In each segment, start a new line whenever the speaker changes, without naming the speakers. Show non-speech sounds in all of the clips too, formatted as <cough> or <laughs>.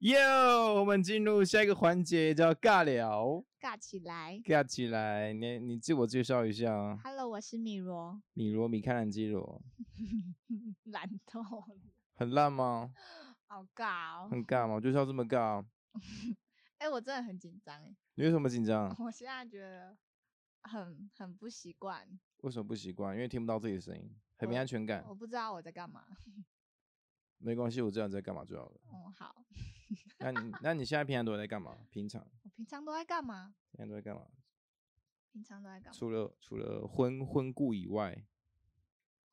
哟，我们进入下一个环节，叫尬聊。
尬起来。
尬起来，你你自我介绍一下，
Hello，我是米罗， <laughs>
米罗米开朗基罗，
懒惰，
很烂吗？
好尬哦。
很尬吗？我就是要这么尬。
哎、我真的很紧张哎， <laughs>
你为什么紧张？
我现在觉得很很不习惯，
为什么不习惯？因为听不到自己的声音，很没
我
安全感。
我不知道我在干嘛。
没关系，我知道你在干嘛就好了。
嗯，好，
那你那你现在平常都在干嘛？平常
我平常都在干嘛？
平常都在干嘛？
平常都在干嘛？
除了除了婚婚故以外，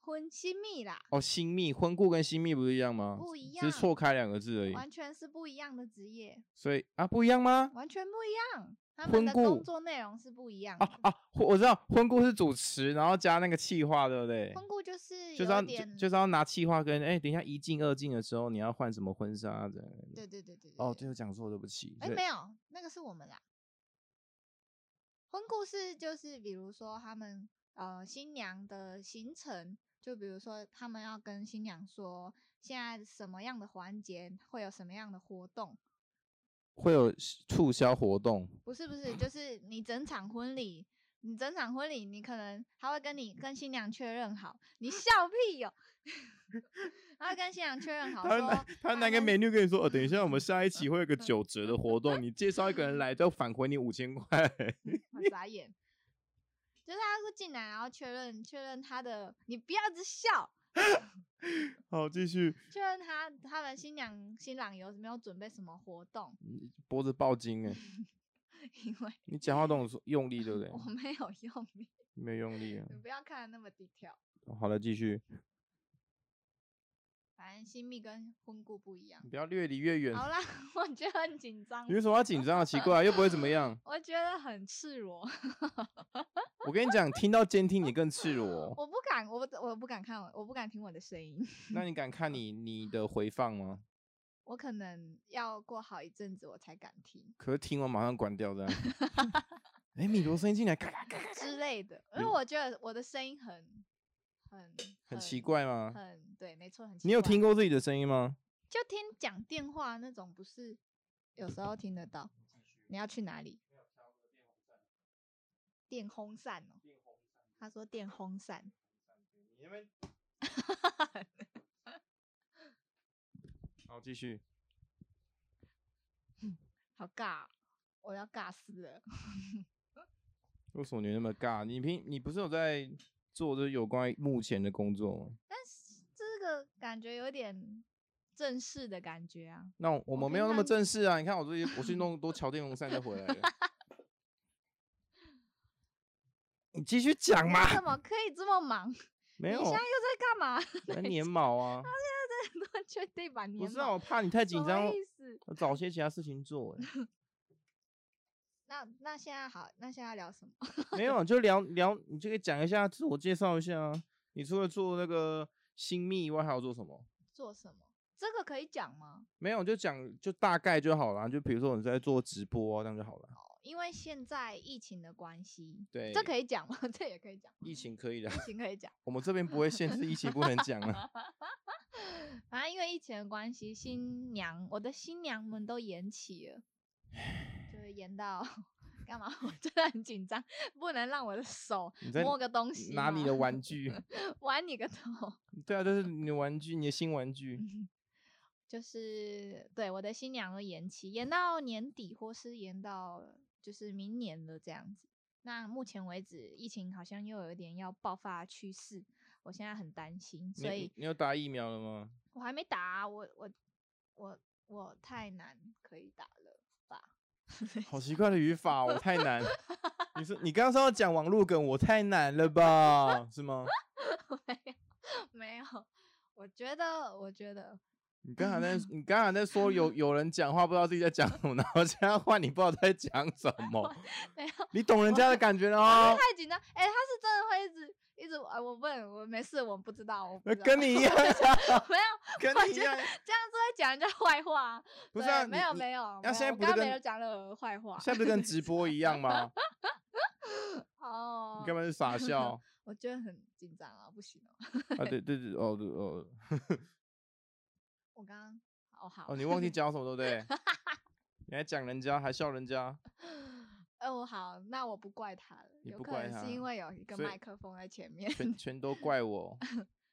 婚新密啦，
哦，新密婚故跟新密不是一样吗？
不一
只
样
是错开两个字而已。
完全是不一样的职业，
所以啊，不一样吗？
完全不一样。他
婚
们的
顾
工作内容是不一样的。
啊啊，婚我知道婚故是主持，然后加那个气话，对不对？
婚顾就是
就是
有
要
一点
就就是要拿气话跟哎，等一下一进二进的时候你要换什么婚纱啊的？
对对对对对
哦，对，我讲错，对不起。
哎、
对
没有，那个是我们啦。婚故事就是，比如说他们呃新娘的行程，就比如说他们要跟新娘说现在什么样的环节会有什么样的活动，
会有促销活动，
不是不是，就是你整场婚礼，你整场婚礼，你可能他会跟你跟新娘确认好，你笑屁哟、 <laughs> 他会跟新娘确认好
他拿
说，啊
他拿个
们
美女跟你
<laughs>
说，哦，等一下我们下一期会有个九折的活动，你介绍一个人
<laughs>
来，再返回你五千块。
很傻眼。就是他说进来，然后确认确认他的，你不要一直笑，
好，继续
确认他他们新娘新郎有没有准备什么活动，
脖子爆筋哎，
因为
你讲话都很用力，对不对
我？没有用力，
没有用力啊。
你不要看的那么低调。
好了，继续，
反正新密跟婚故不一样
你。不要越离越远。
好啦， <laughs> 我觉得很紧张
你，为什么要紧张啊？奇怪，又不会怎么样。
我觉得很赤裸，
我跟你讲，听到监听你更赤裸哦。
我不敢，我不我不敢看我，我不敢听我的声音， <laughs>
那你敢看你你的回放吗？
我可能要过好一阵子我才敢
<laughs>
听
可是听完马上关掉
<laughs>
这样。哎，米罗声音进来，咔咔咔，
之类的，因
你
为我觉得我的声音很很
很奇，怪吗？
很对，没错，很奇
你有
怪
听过自己的声音
<laughs>
吗？
就听讲电话那种，不是有时候听得到。你要去哪里？电风扇哦。他说电风扇。
好，继续。
好尬哦，我要尬死了。 <laughs>
为什么你那么尬？你平你不是有在做这有关于目前的工作吗？
但是这个感觉有点正式的感觉啊。
那我们
平
没有那么
常
正式啊！你看我这些，我去弄都敲电风扇再回来
<laughs>
了。你继续讲嘛，
你怎么可以这么忙？
没有
你现在又在干嘛？ <laughs>
我在粘毛啊，
乱确定吧？
不
你
是啊，我怕你太紧
什
张
么，意思？
我找些其他事情做欸。
那那现在好，那现在聊什么？ <laughs>
没有，就聊聊，你就可以讲一下自我介绍一下啊。你除了做那个新密以外，还有做什么？
做什么？这个可以讲吗？
没有，就讲就大概就好了。就比如说你在做直播、啊，这样就好了。
因为现在疫情的关系，
对，
这可以讲吗？ <laughs> 这也可以讲，
疫情可以的
疫，情可以讲。
我们这边不会限制疫情不能讲啊。
反正因为疫情的关系，新娘我的新娘们都延期了，就是延到干嘛？ <laughs> 我真的很紧张，不能让我的手
你在
摸个东西吗，
拿你的玩具，
<laughs> 玩你个头。
对啊，就是你的玩具，你的新玩具。
嗯就是对我的新娘都延期，延到年底或是延到就是明年了这样子。那目前为止，疫情好像又有一点要爆发趋势，我现在很担心，
你
所以
你你有打疫苗了吗？
我还没打啊、我我我我太难可以打了吧？
<laughs> 好奇怪的语法，我太难。你说你刚刚是要讲网络梗，我太难了
<laughs>
吧？是吗？
没有 <laughs> 没有，我觉得我觉得
你刚才在你刚才在说
<laughs>
有有人讲话不知道自己在讲什么，然后现在换你不知道在讲什
<laughs>
么，
没有，
你懂人家的感觉了哦。
太紧张。哎、他是真的会一直一直啊，我问我没事，我不知道， <laughs> 我不
那
知道
呃跟你一样，啊
没有，
跟
我
你一
觉得
样，
这样是会讲人家坏话啊、
<laughs> 不是
对
啊？
没
你
有
你
没有，
那
没
现在
有我
不是
刚刚没
跟
有讲任何坏话。
现在不是跟
<laughs>
直播一样吗？
哦
你，干嘛是傻笑
我觉得很紧张啊，不行哦。
啊？对对对，哦对哦，
我刚刚哦，好，
哦，你忘记教什么对不对？你还讲人家，还笑人家，
<laughs> 哦，好，那我不怪他了，
你
有
不
可
怪
能
他
是因为有一个
所以
麦克风在前面。
全全都怪我，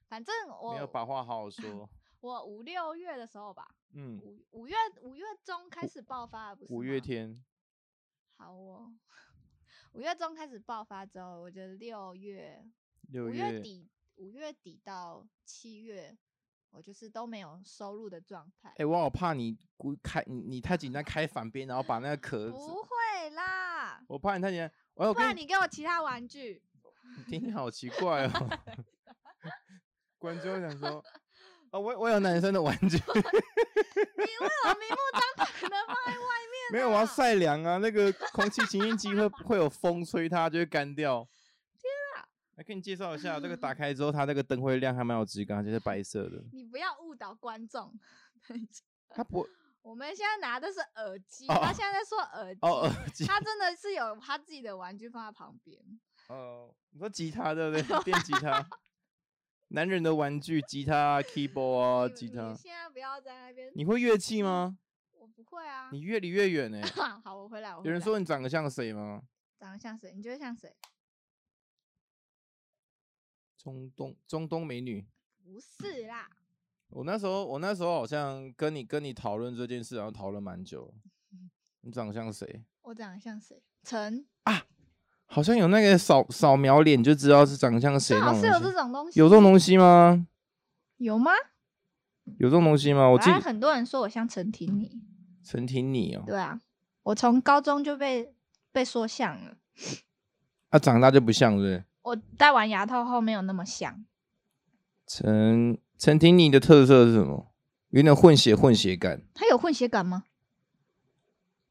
反正
没有把
<laughs> 我
话好好说。
我五六月的时候吧，
嗯，
五五月五月中开始爆发了，不是
五月
吗。
天，
好哦， <laughs> 五月中开始爆发之后，我觉得六月
六
五月
月，
底五月底到七月，我就是都没有收入的状态。
哎，我好怕你故开，你你太紧张开反边，然后把那个壳子，
不会啦，
我怕你太紧张。哎，我
不然
跟你
你给我其他玩具。
你听起来好奇怪哦。
<laughs>
观众想说，哦，我我有男生的玩具，
你为什么明目张胆的放在外面？
没有，我要晒凉啊。那个空气清新机会会有风吹它，就会干掉。
<laughs>
天
啊！
来给你介绍一下，这个
<laughs>
打开之后，它那个灯会亮，还蛮有质感，而且是白色的。
<laughs> 你不要误导观众。等一下
它不会
我们现在拿的是耳机，
哦
他现在在说耳机，
哦， <laughs> 耳机
他真的是有他自己的玩具放在旁边。
哦，你说吉他对不对？ <laughs> 电吉他，男人的玩具，吉他、keyboard 啊，
你
吉
你
他。
现在不要在那边，
你会乐器吗？
我不会啊。
你越离越远哎、
好，我回来。我
有
回
人
来
说你长得像谁吗？
长得像谁？你觉得像谁？
中东中东美女。
不是啦，
我那时候，我那时候好像跟你跟你讨论这件事，然后讨论蛮久了。你长得像谁？
我长得像谁？陈，
好像有那个扫扫描脸就知道是长得像谁
最
那
好
种
啊是有这
东西。
种东西，
有这种东西吗？
有吗？
有这种东西吗？我记
反正
得
很多人说我像陈婷妮，
陈婷你哦、
对啊，我从高中就被被说像了。
啊，长大就不像是不是？
我戴完牙套后没有那么像，
陈陈婷你的特色是什么？有点混血混血感。
他有混血感吗？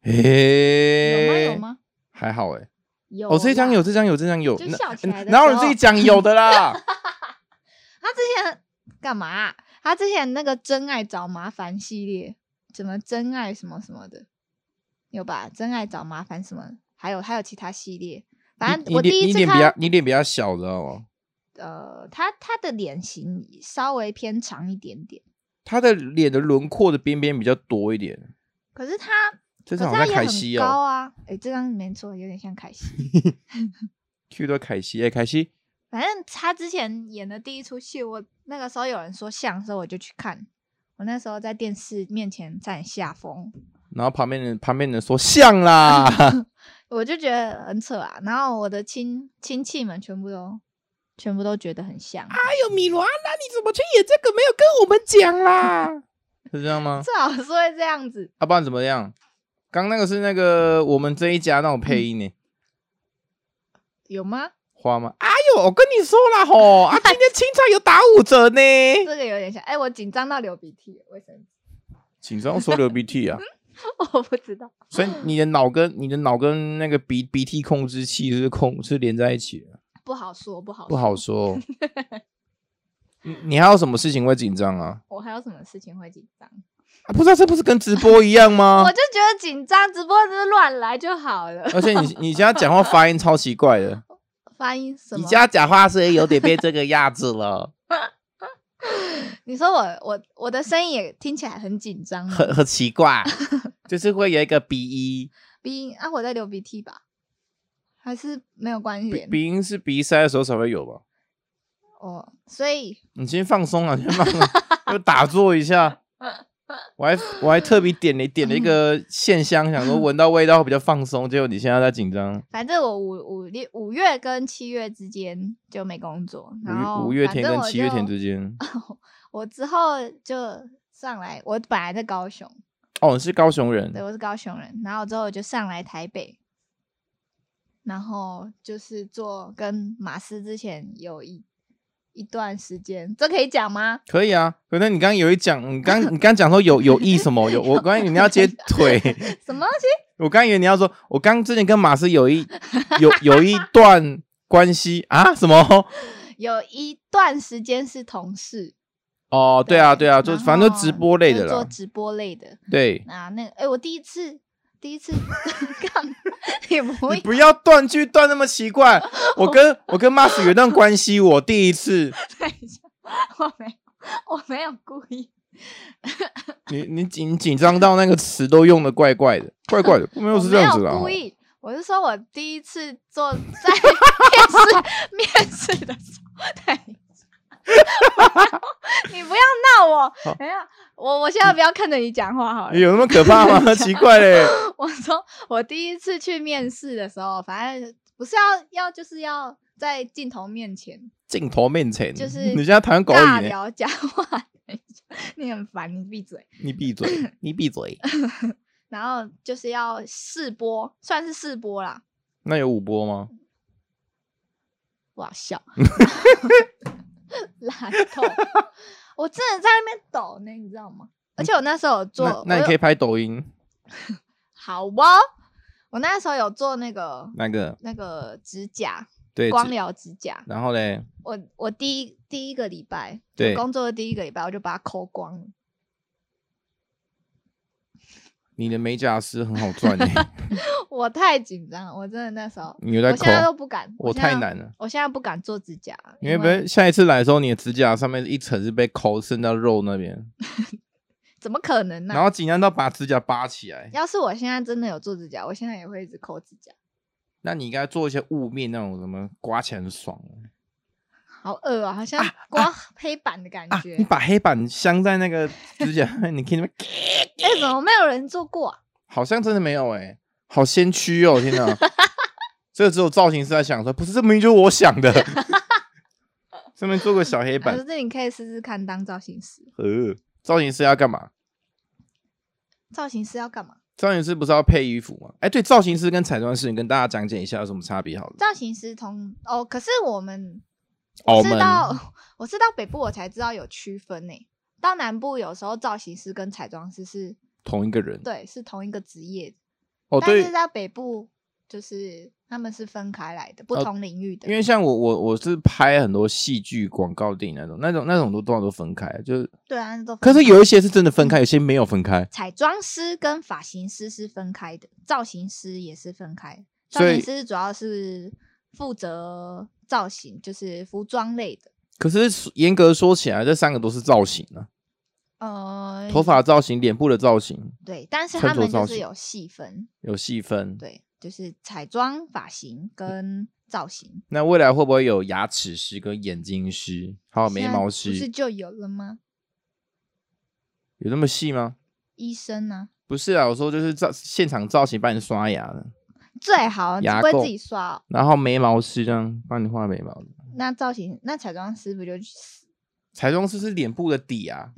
有吗？
诶、
有吗？
还好诶、
有啦。
哦，这张有，这张有，这张有。
就
那
笑起来的
哪有
时
人自己
候
讲有的啦？
他之前干嘛啊、他之前那个《真爱找麻烦》系列，什么《真爱》什么什么的，有吧？《真爱找麻烦》什么，还有还有其他系列。 <laughs> 反
你
正
你
我第
脸
一
你
次
脸比较
看，
你脸比较小，知道吗？
呃，他他的脸型稍微偏长一点点，
他的脸的轮廓的边边比较多一点。
可是他
这
可
张好
是他
像
也
凯
很
西
高
哦、
啊，哎、这张没错，有点像凯西。
Q 到凯西，哎、凯西，
反正他之前演的第一出戏，我那个时候有人说像，所以我就去看。我那时候在电视面前占下风，
然后旁边人旁边人说像啦，
哎 <laughs> 我就觉得很扯啊。然后我的亲亲戚们全部都全部都觉得很像，
哎呦米罗安娜，你怎么去演这个？没有跟我们讲啦， <laughs> 是这样吗？
<laughs> 最好是会这样子。
啊，不然怎么样？刚那个是那个我们这一家那种配音呢、
有吗？
花吗？哎呦，我跟你说啦吼， <laughs> 啊，今天青菜有打五折呢。
这个有点像。哎、我紧张到流鼻涕了，为
<laughs>
什么？
紧张说流鼻涕啊，
我不知道。
<laughs> 所以你的脑跟你的脑跟那个鼻鼻涕控制器是控是连在一起的，
不好说，不好说，
不好。 <laughs> 说。你你还有什么事情会紧张啊？
我还有什么事情会紧张？
啊不知道这不是跟直播一样吗
我？就觉得紧张，直播就是乱来就好了。
而且你你家讲话发音超奇怪 <laughs> 的，
发音什
你
么？
家讲话是有点变这个样子了，
你说我我我的声音也听起来很紧张吗？
很很奇怪，就是会有一个鼻
<laughs>
音，
鼻音啊，我在流鼻涕吧？还是没有关
鼻
系？
鼻音是鼻塞的时候才会有吧？
哦，所以
你先放松啊，先放松，就打坐一
<laughs>
下。我还我还特别点了点了一
嗯
个线香，想说闻到味道会比较放松。结果你现在在紧张，
反正我五五六五月跟七月之间就没工作，然后
五五月
反
天
正
跟
我
七月天
就 <laughs>
之间，
我之后就上来，我本来在高雄，
哦，你是高雄人
对，我是高雄人，然后之后我就上来台北，然后就是做跟马斯之前有一一段时间，这可以讲吗？ <laughs>
可以啊。可是你刚刚有一讲，你刚你刚讲说有有意什么？有我刚以为你
<laughs>
要接腿，
什么东西？
我刚以为你要说，我刚之前跟马斯有一有有一段关系啊？什么？
有一段时间是同事，
哦，对啊对啊，就
然
反正都
后
直播类
就
的
做
啦。
直播类的。
对，
啊，那个，哎、我第一次，
<laughs>
第一次干嘛？你不
你不要断句断那么奇
<laughs>
怪。我跟我跟 Mas 有一段关系，我第一次
等一下，我没有，我没有故意，
你你紧紧张到那个词都用的怪怪的，怪怪的，没有
我
是
没
这样
有
子的、啊
故。意。我是说我第一次做 <laughs> 在面试面试的时候， <laughs> 对。你不要闹我
好，嗯
等一下，我我现在不要看着你讲话好了。
哎有那么可怕吗？ <laughs> 奇怪嘞，
我说我第一次去面试的时候，反正不是要要就是要在镜头面前
镜头面前，
就是
你现在台湾狗
尬
语呢，
聊讲话，你很烦，你闭嘴。
你闭
<laughs>
嘴，你闭嘴。
然后就是要试播，算是试播啦，
那有五波吗？
我好
<laughs>
笑，懒透，我真的在那边抖呢，你知道吗？而且我那时候有做，
那那
我
你
有
可以拍抖音，
好哦，我那时候有做那个
那个
那个指甲，
对，
光
只
疗指甲，
然后嘞，
我我第一第一个礼拜，
对
工作的第一个礼拜，我就把它抠光了。 <laughs>
你的美甲师很好赚
<laughs>
耶，
我太紧张了，我真的那时候，
你有在
我现在都
抠，
不敢，
我
现在
太，难了。
我现在不敢做指甲啊了，
因为不然下一次来的时候，你的指甲上面一层是被抠剩到肉那边，
怎么可能呢、
然后紧张到把指甲拔起来。
要是我现在真的有做指甲，我现在也会一直抠指甲，
那你应该做一些雾面那种什么，刮起来很爽
好恶啊，好像刮黑板的感
啊！
觉。
你把黑板镶在那个指甲，你可以那边
哎、怎么没有人做过、啊？
好像真的没有哎、好先驱哦！天
<laughs>
哪，这个只有造型师在想说，不是这明明就是我想
<laughs>
的，上面做个小黑
可
板
是，你可以试试看当造型师。
呃，造型师要干嘛？
造型师要干嘛？
造型师不是要配衣服吗？哎，对，造型师跟彩妆师，你跟大家讲解一下有什么差别好了。
造型师同哦，可是我们
澳
我是
门
到我是到北部我才知道有区分呢、到南部有时候造型师跟彩妆师是
同一个人
对是同一个职业，
哦，
但
对
是，在北部就是他们是分开来的，不
哦
同领域的。
因为像我我我是拍很多戏剧、广告、电影那种，那种那种都通常都分开，就是
对啊，那都
可
分
是
开
有一些是真的分开，有些没有分开。
彩妆师跟发型师是分开的，造型师也是分开的。造
所以
型师主要是负责造型，就是服装类的。
可是严格说起来，这三个都是造型啊，
呃，
头发造型、脸部的造型
对，但是
穿
他
着
们
造
就是
型
有细分，
有细分。
对，就是彩妆、发型跟造型。
那未来会不会有牙齿师跟眼睛师，还哦有眉
现在
毛
不是
师？
就有了吗？
有那么细吗？
医生呢、
不是啊，我说就是造现场造型帮你刷牙的，
最好只
牙
会
垢
自己刷、哦。
然后眉毛师这样帮你画眉毛的。
那造型，那彩妆师不就去死？
彩妆师是脸部的底啊，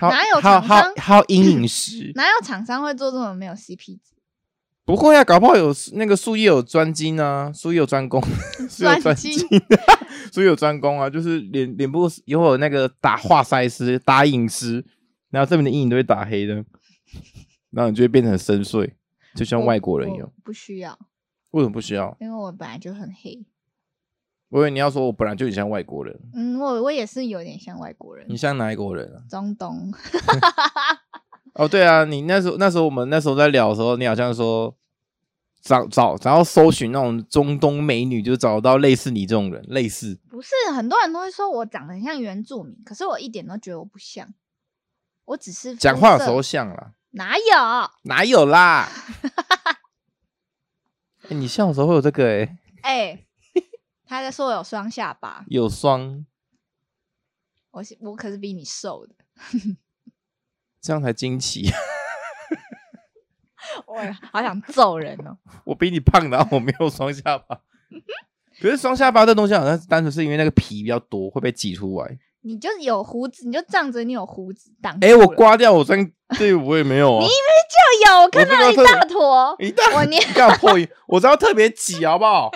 哪有
还有
厂
还有
商
还有阴影师？
哪有厂商会做这种没有 CP 值？
不会啊，搞不好有那个术业有专精啊，术业有专 <laughs> 攻，术业有专
精
精， <laughs> 术业有专攻啊，就是脸脸部也会有那个打画腮师、打影师，然后这边的阴影都会打黑的，然后你就会变成很深邃，就像
我
外国人一
我
样。
不需要，
为什么不需要？
因为我本来就很黑。
我以为你要说我本来就很像外国人，
嗯，我我也是有点像外国人
你，像哪一国人啊？
中东。 <laughs>
哦，对啊，你那时候那时候我们那时候在聊的时候，你好像说找找然后搜寻那种中东美女，就找到类似你这种人，类似
不是很多人都会说我长得很像原住民，可是我一点都觉得我不像，我只是肤
讲话的时
色
候像啦，
哪有？
哪有啦？ <laughs> 欸你笑的时候会有这个哎、
哎、他在说我有双下巴，
有双，
我是我可是比你瘦的， <laughs>
这样才惊奇。 <laughs>
我好想揍人哦。
我比你胖，然后我没有双下巴。可是双下巴这东西好像是单纯是因为那个皮比较多，会被挤出来。
你就是有胡子，你就仗着你有胡子挡住了。
哎、我刮掉我真，对我也没有啊。
就有，我看
不知
到
道
一
这
大坨。
你大
我捏
你干嘛破音？我知道特别挤，好不好？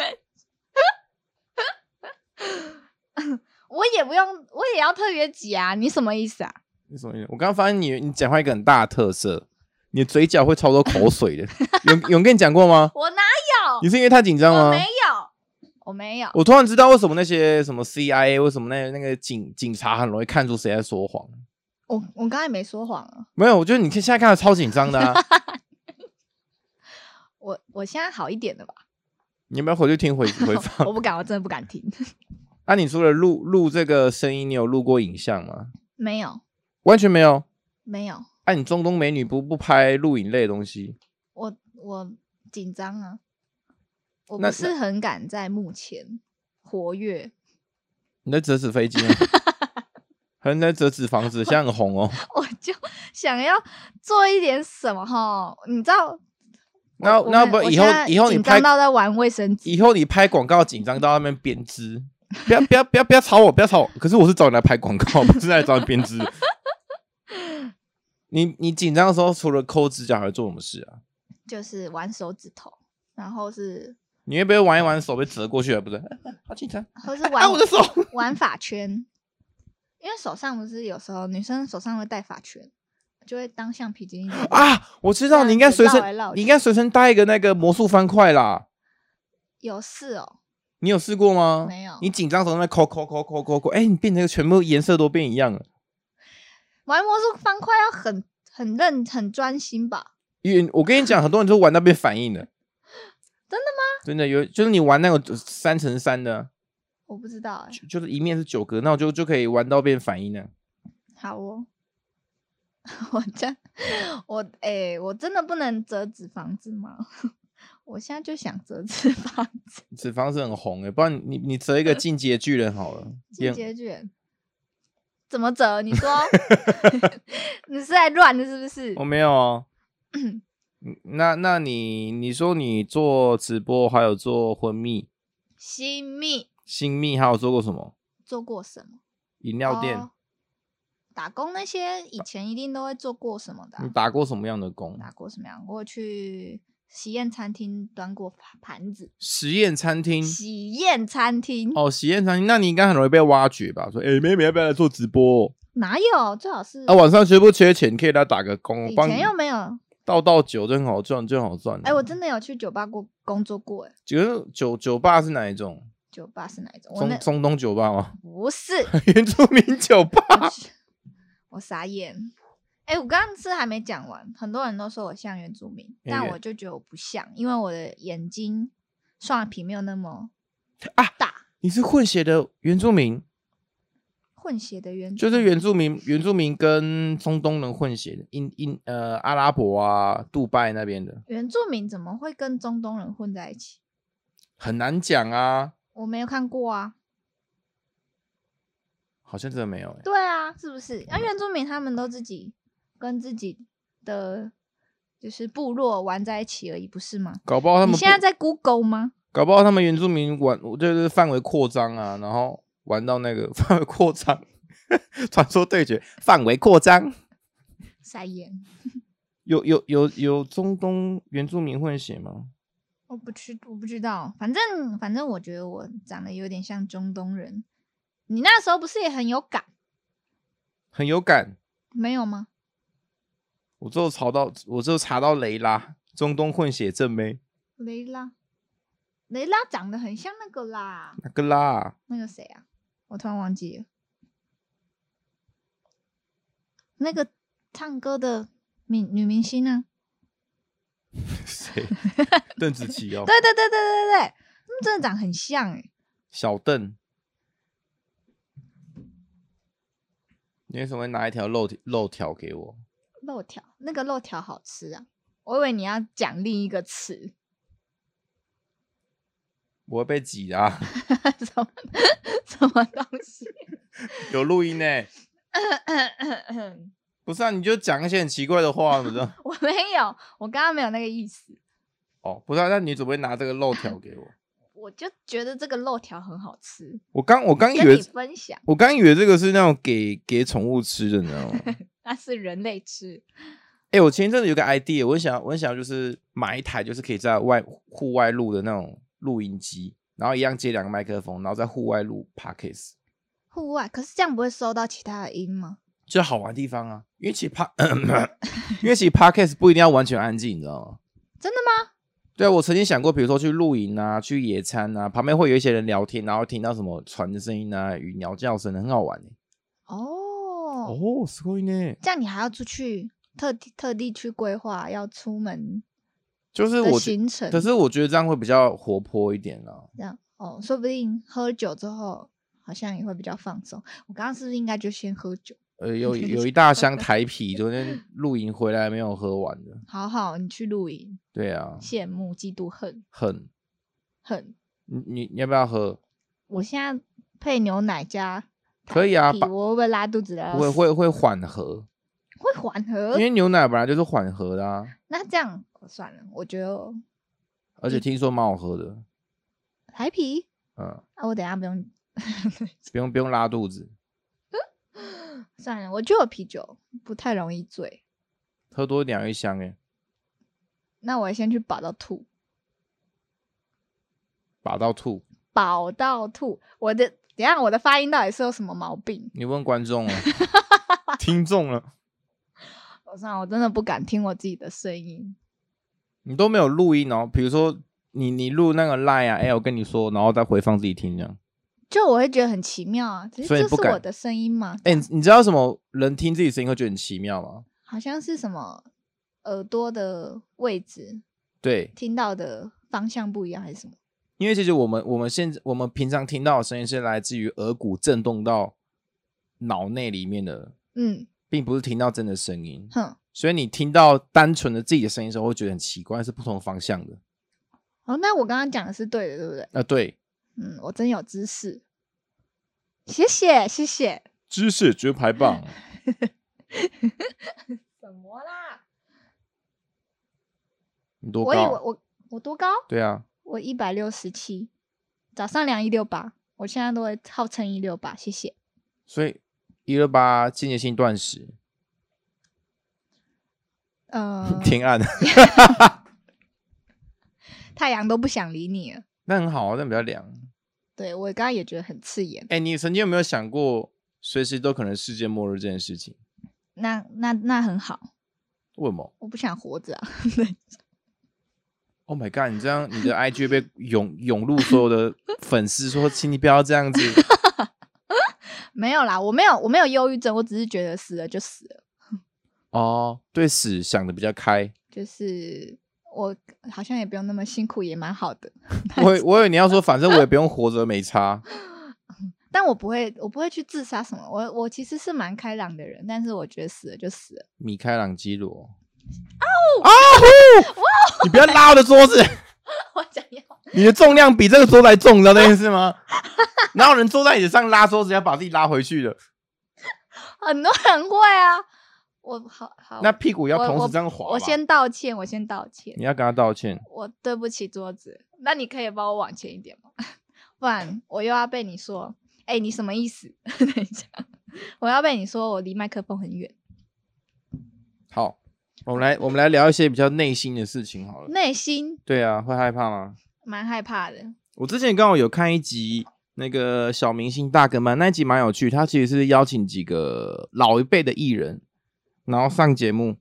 我也不用，我也要特别挤啊！你什么意思啊？
你什么意思？我刚刚发现你，你讲话一个很大的特色，你的嘴角会超多口水的。有有跟你讲过吗？
我哪
你是因为太紧张
有？我
吗？
没有，我没有。
我突然知道为什么那些什么 CIA，为什么那那个警警察很容易看出谁在说谎。
我我刚才没说谎啊！
没有，我觉得你看现在看的超紧张的、啊，
我我现在好一点了吧？
你要不要回去听回回放？
<laughs> 我不敢，我真的不敢听。 <laughs>
那、你除了录录这个声音，你有录过影像吗？
没有，
完全没有。
没有，
啊，你中东美女不不拍录影类的东西？
我我紧张啊，我
那
不是很敢在幕前活跃， <laughs>
你在折纸飞机吗？还是在折纸房子？现在很红哦。
我就想要做一点什么哈，你知道。我
那
我
那
们
不
我
以
现
后
在
以后你
紧
拍
张到在玩卫生纸，
以后你拍广告紧张到那边编织，不要不要不要不要吵我，不要吵我。可是我是找你来拍广告，不是来找你编
<laughs>
织的。你你紧张的时候，除了抠指甲还会做什么事啊？
就是玩手指头，然后是
你会不会玩一玩手被折过去了？不是，啊好紧张
或是玩、
<laughs> 啊！我的手，
玩发圈，因为手上不是有时候女生手上会戴发圈，就会当橡皮筋一直
啊，我知道
这
你应
样
该
子
随
绕
身
来欸绕，
你应
去
该随身带一个那个魔术方块啦。
有事哦，
你有试过吗？
没有
哦你紧张的时候在那抠抠抠抠抠抠，哎、你变成全部颜色都变一样了。
玩魔术方块要很很认很专心吧？
因为我跟你讲，很多人都玩那边反应的。
真
的吗？真的有，就是你玩那种三乘三的，啊
我不知道哎、
就就是一面是九格，那我就就可以玩到变反应了。
好哦， <laughs> 我真我哎、我真的不能折纸房子吗？ <laughs> 我现在就想折纸房子，
脂肪是很红诶、不然你你折一个进阶巨人好了，
嗯进
也
阶卷怎么折？
<laughs>
你说 <laughs> 你是在乱的，是不是？
我没有
<clears throat>
哦。嗯那那你你说你做直播，还有做婚蜜、
新密
新蜜，还有做过什么
做过什么？
饮料店？
哦打工那些以前一定都会做过什么的啊、
你打过什么样的工？
打过什么样？我去喜宴餐厅端过盘盘子，
实验餐厅
喜宴餐厅、
嗯哦，实验餐厅，那你应该很容易被挖掘吧？说，哎、妹妹要不要来做直播、哦？
哪有？最好是、
啊，晚上缺不缺钱？可以来打个工，我
以
帮
前
你
又没有。
倒倒酒，真好赚，真好赚。
哎、我真的有去酒吧过工作过、哎，
觉得酒酒吧是哪一种？
酒吧是哪一种？我那
中中东酒吧吗？ <laughs>
不是，
原住民酒吧？
我傻眼。哎、我刚刚是还没讲完，很多人都说我像原住民，
哎
但
原
我就觉得我不像，因为我的眼睛双眼皮没有那么
啊你是混血的原住民，
混血的原住
就
民，
是原住民，原住民跟中东人混血的，印印呃阿拉伯啊、杜拜那边的，
原住民怎么会跟中东人混在一起？
很难讲啊，
我没有看过啊。
好像真的没有、欸。
对啊，是不是？那、原住民他们都自己跟自己的就是部落玩在一起而已，不是吗？
搞不好他
你
们
现在
不
在 Google 吗？
搞不好他们原住民玩就是范围扩张啊，然后玩到那个 <laughs> 范围扩张，传说对决范围扩张，
撒盐，
有有有有中东原住民混血吗？
我不去，我不知道。反正反正，我觉得我长得有点像中东人。你那时候不是也很有感，
很有感，
没有吗？
我最后查到我最后查到雷拉中东混血正妹
雷拉，雷拉长得很像那个啦，
那个啦，
那个谁啊？我突然忘记了，那个唱歌的明女明星啊。
<laughs>
<laughs>
谁？邓紫棋哦，
对对对对对对，他们真的长很像哎、
小邓。你为什么会拿一条肉肉条给我？
肉条那个肉条好吃啊！我以为你要讲另一个词， <laughs>
我会被挤的啊！ <laughs>
什么什么东西？ <coughs>
有录音呢、不是啊，你就讲一些很奇怪的话，不啊是？
我没有，我刚刚没有那个意思，
哦，不是、啊，那你怎么会拿这个肉条给我？
我就觉得这个肉条很好吃，
我刚我刚以
跟
为
你分享，
我刚以为这个是那种给给宠物吃的，你知道吗？
那是人类吃，
哎、我前一阵子有个 idea，我很想，我很想就是买一台，就是可以在外户外录的那种录音机，然后一样接两个麦克风，然后在户外录 podcast，
户外，可是这样不会收到其他的音吗？
就好玩的地方啊。因为其实 pa，因为其实 podcast 不一定要完全安静，你知道吗？
真的吗？
对啊，我曾经想过，比如说去露营啊，去野餐啊，旁边会有一些人聊天，然后听到什么船的声音啊，与鸟叫声，很好玩、欸。
哦，
哦，すごいね。
这样你还要出去特地特地去规划要出门
就是
的
我觉，
行程，
啊可是我觉得这样会比较活泼一点啦、
这样哦，说不定喝酒之后好像也会比较放松。我刚刚是不是应该就先喝酒？
呃，有有一大箱台啤，昨天露营回来没有喝完的。
好好，你去露营，
对啊，
羡慕、嫉妒、恨、
很，
恨。
你你你要不要喝？
我现在配牛奶加
可以啊
啤
把
我会不会拉肚子了？
会会会缓和，
会缓和
因。为牛奶本来就是缓和的啊，
那这样算了，我觉得
而且听说蛮好喝的，
台啤，
嗯，
啊、我等一下不用
不用不用拉肚子，
算了，我就有啤酒，不太容易醉。
喝多一点要一箱哎，
那我先去饱到吐，
把到吐。
饱到吐。我的等一下我的发音到底是有什么毛病？
你问观众了，听众了，
我算了，我真的不敢听我自己的声音。
你都没有录音哦。比如说你你录那个 line 啊，哎、我跟你说，然后再回放自己听这样。
就我会觉得很奇妙啊，只是
所以
这
你不
是我
敢
的声音吗？
哎、你你知道什么人听自己声音会觉得很奇妙吗？
好像是什么耳朵的位置
对，
听到的方向不一样，还是什么？
因为其实我们我们现我们平常听到的声音是来自于耳骨震动到脑内里面的，
嗯，
并不是听到真的声音。
哼，
所以你听到单纯的自己的声音的时候，会觉得很奇怪，是不同方向的。
哦，那我刚刚讲的是对的，对不对？
啊、对，
嗯，我真有知识，谢谢谢谢。
知识绝排棒。
什么啦？
你多
我以为
高？
我我多高？
对啊，
我一百六十七，早上量一六八，我现在都会号称一六八，谢谢。
所以一二八间歇性断食，，
呃
挺暗的，
太阳都不想理你了。
那很好啊，那比较凉。
对我刚刚也觉得很刺眼。
哎、你曾经有没有想过，随时都可能世界末日这件事情？
那那那很好，
为什么
我不想活着啊。 <laughs>
？Oh my god！你这样，你的 IG 被涌涌入所有的粉丝说，请你不要这样子。
没有啦，我没有我没有忧郁症，我只是觉得死了就死了，
哦，对死想的比较
<laughs>
开。
就是我好像也不用那么辛苦，也蛮好的。
我以我以为你要说，反正我也不用活着，没差。
但我不会，我不会去自杀什么。我我其实是蛮开朗的人，但是我觉得死了就死了。 <laughs>
米开朗基罗。哦哦
哦
呼！你不要拉我的桌子，
我想要，
你的重量比这个桌子还重，你知道这件事吗？哪有人坐在椅子上拉桌子要把自己拉回去的？
很多人会啊。我好好，
那屁股要
我
同
我
时这样滑吧。
我先道歉，我先道歉
你，要跟他道歉。
我对不起桌子。那你可以帮我往前一点吗？ <laughs> 不然我又要被你说，哎、你什么意思？ <laughs> 等一下，我要被你说我离麦克风很远。
好，我们来我们来聊一些比较内心的事情好了。
<laughs> 内心
对啊，会害怕吗？
蛮害怕的。
我之前刚好有看一集那个小明星大跟班，那一集蛮有趣。他其实是邀请几个老一辈的艺人，然后上节目，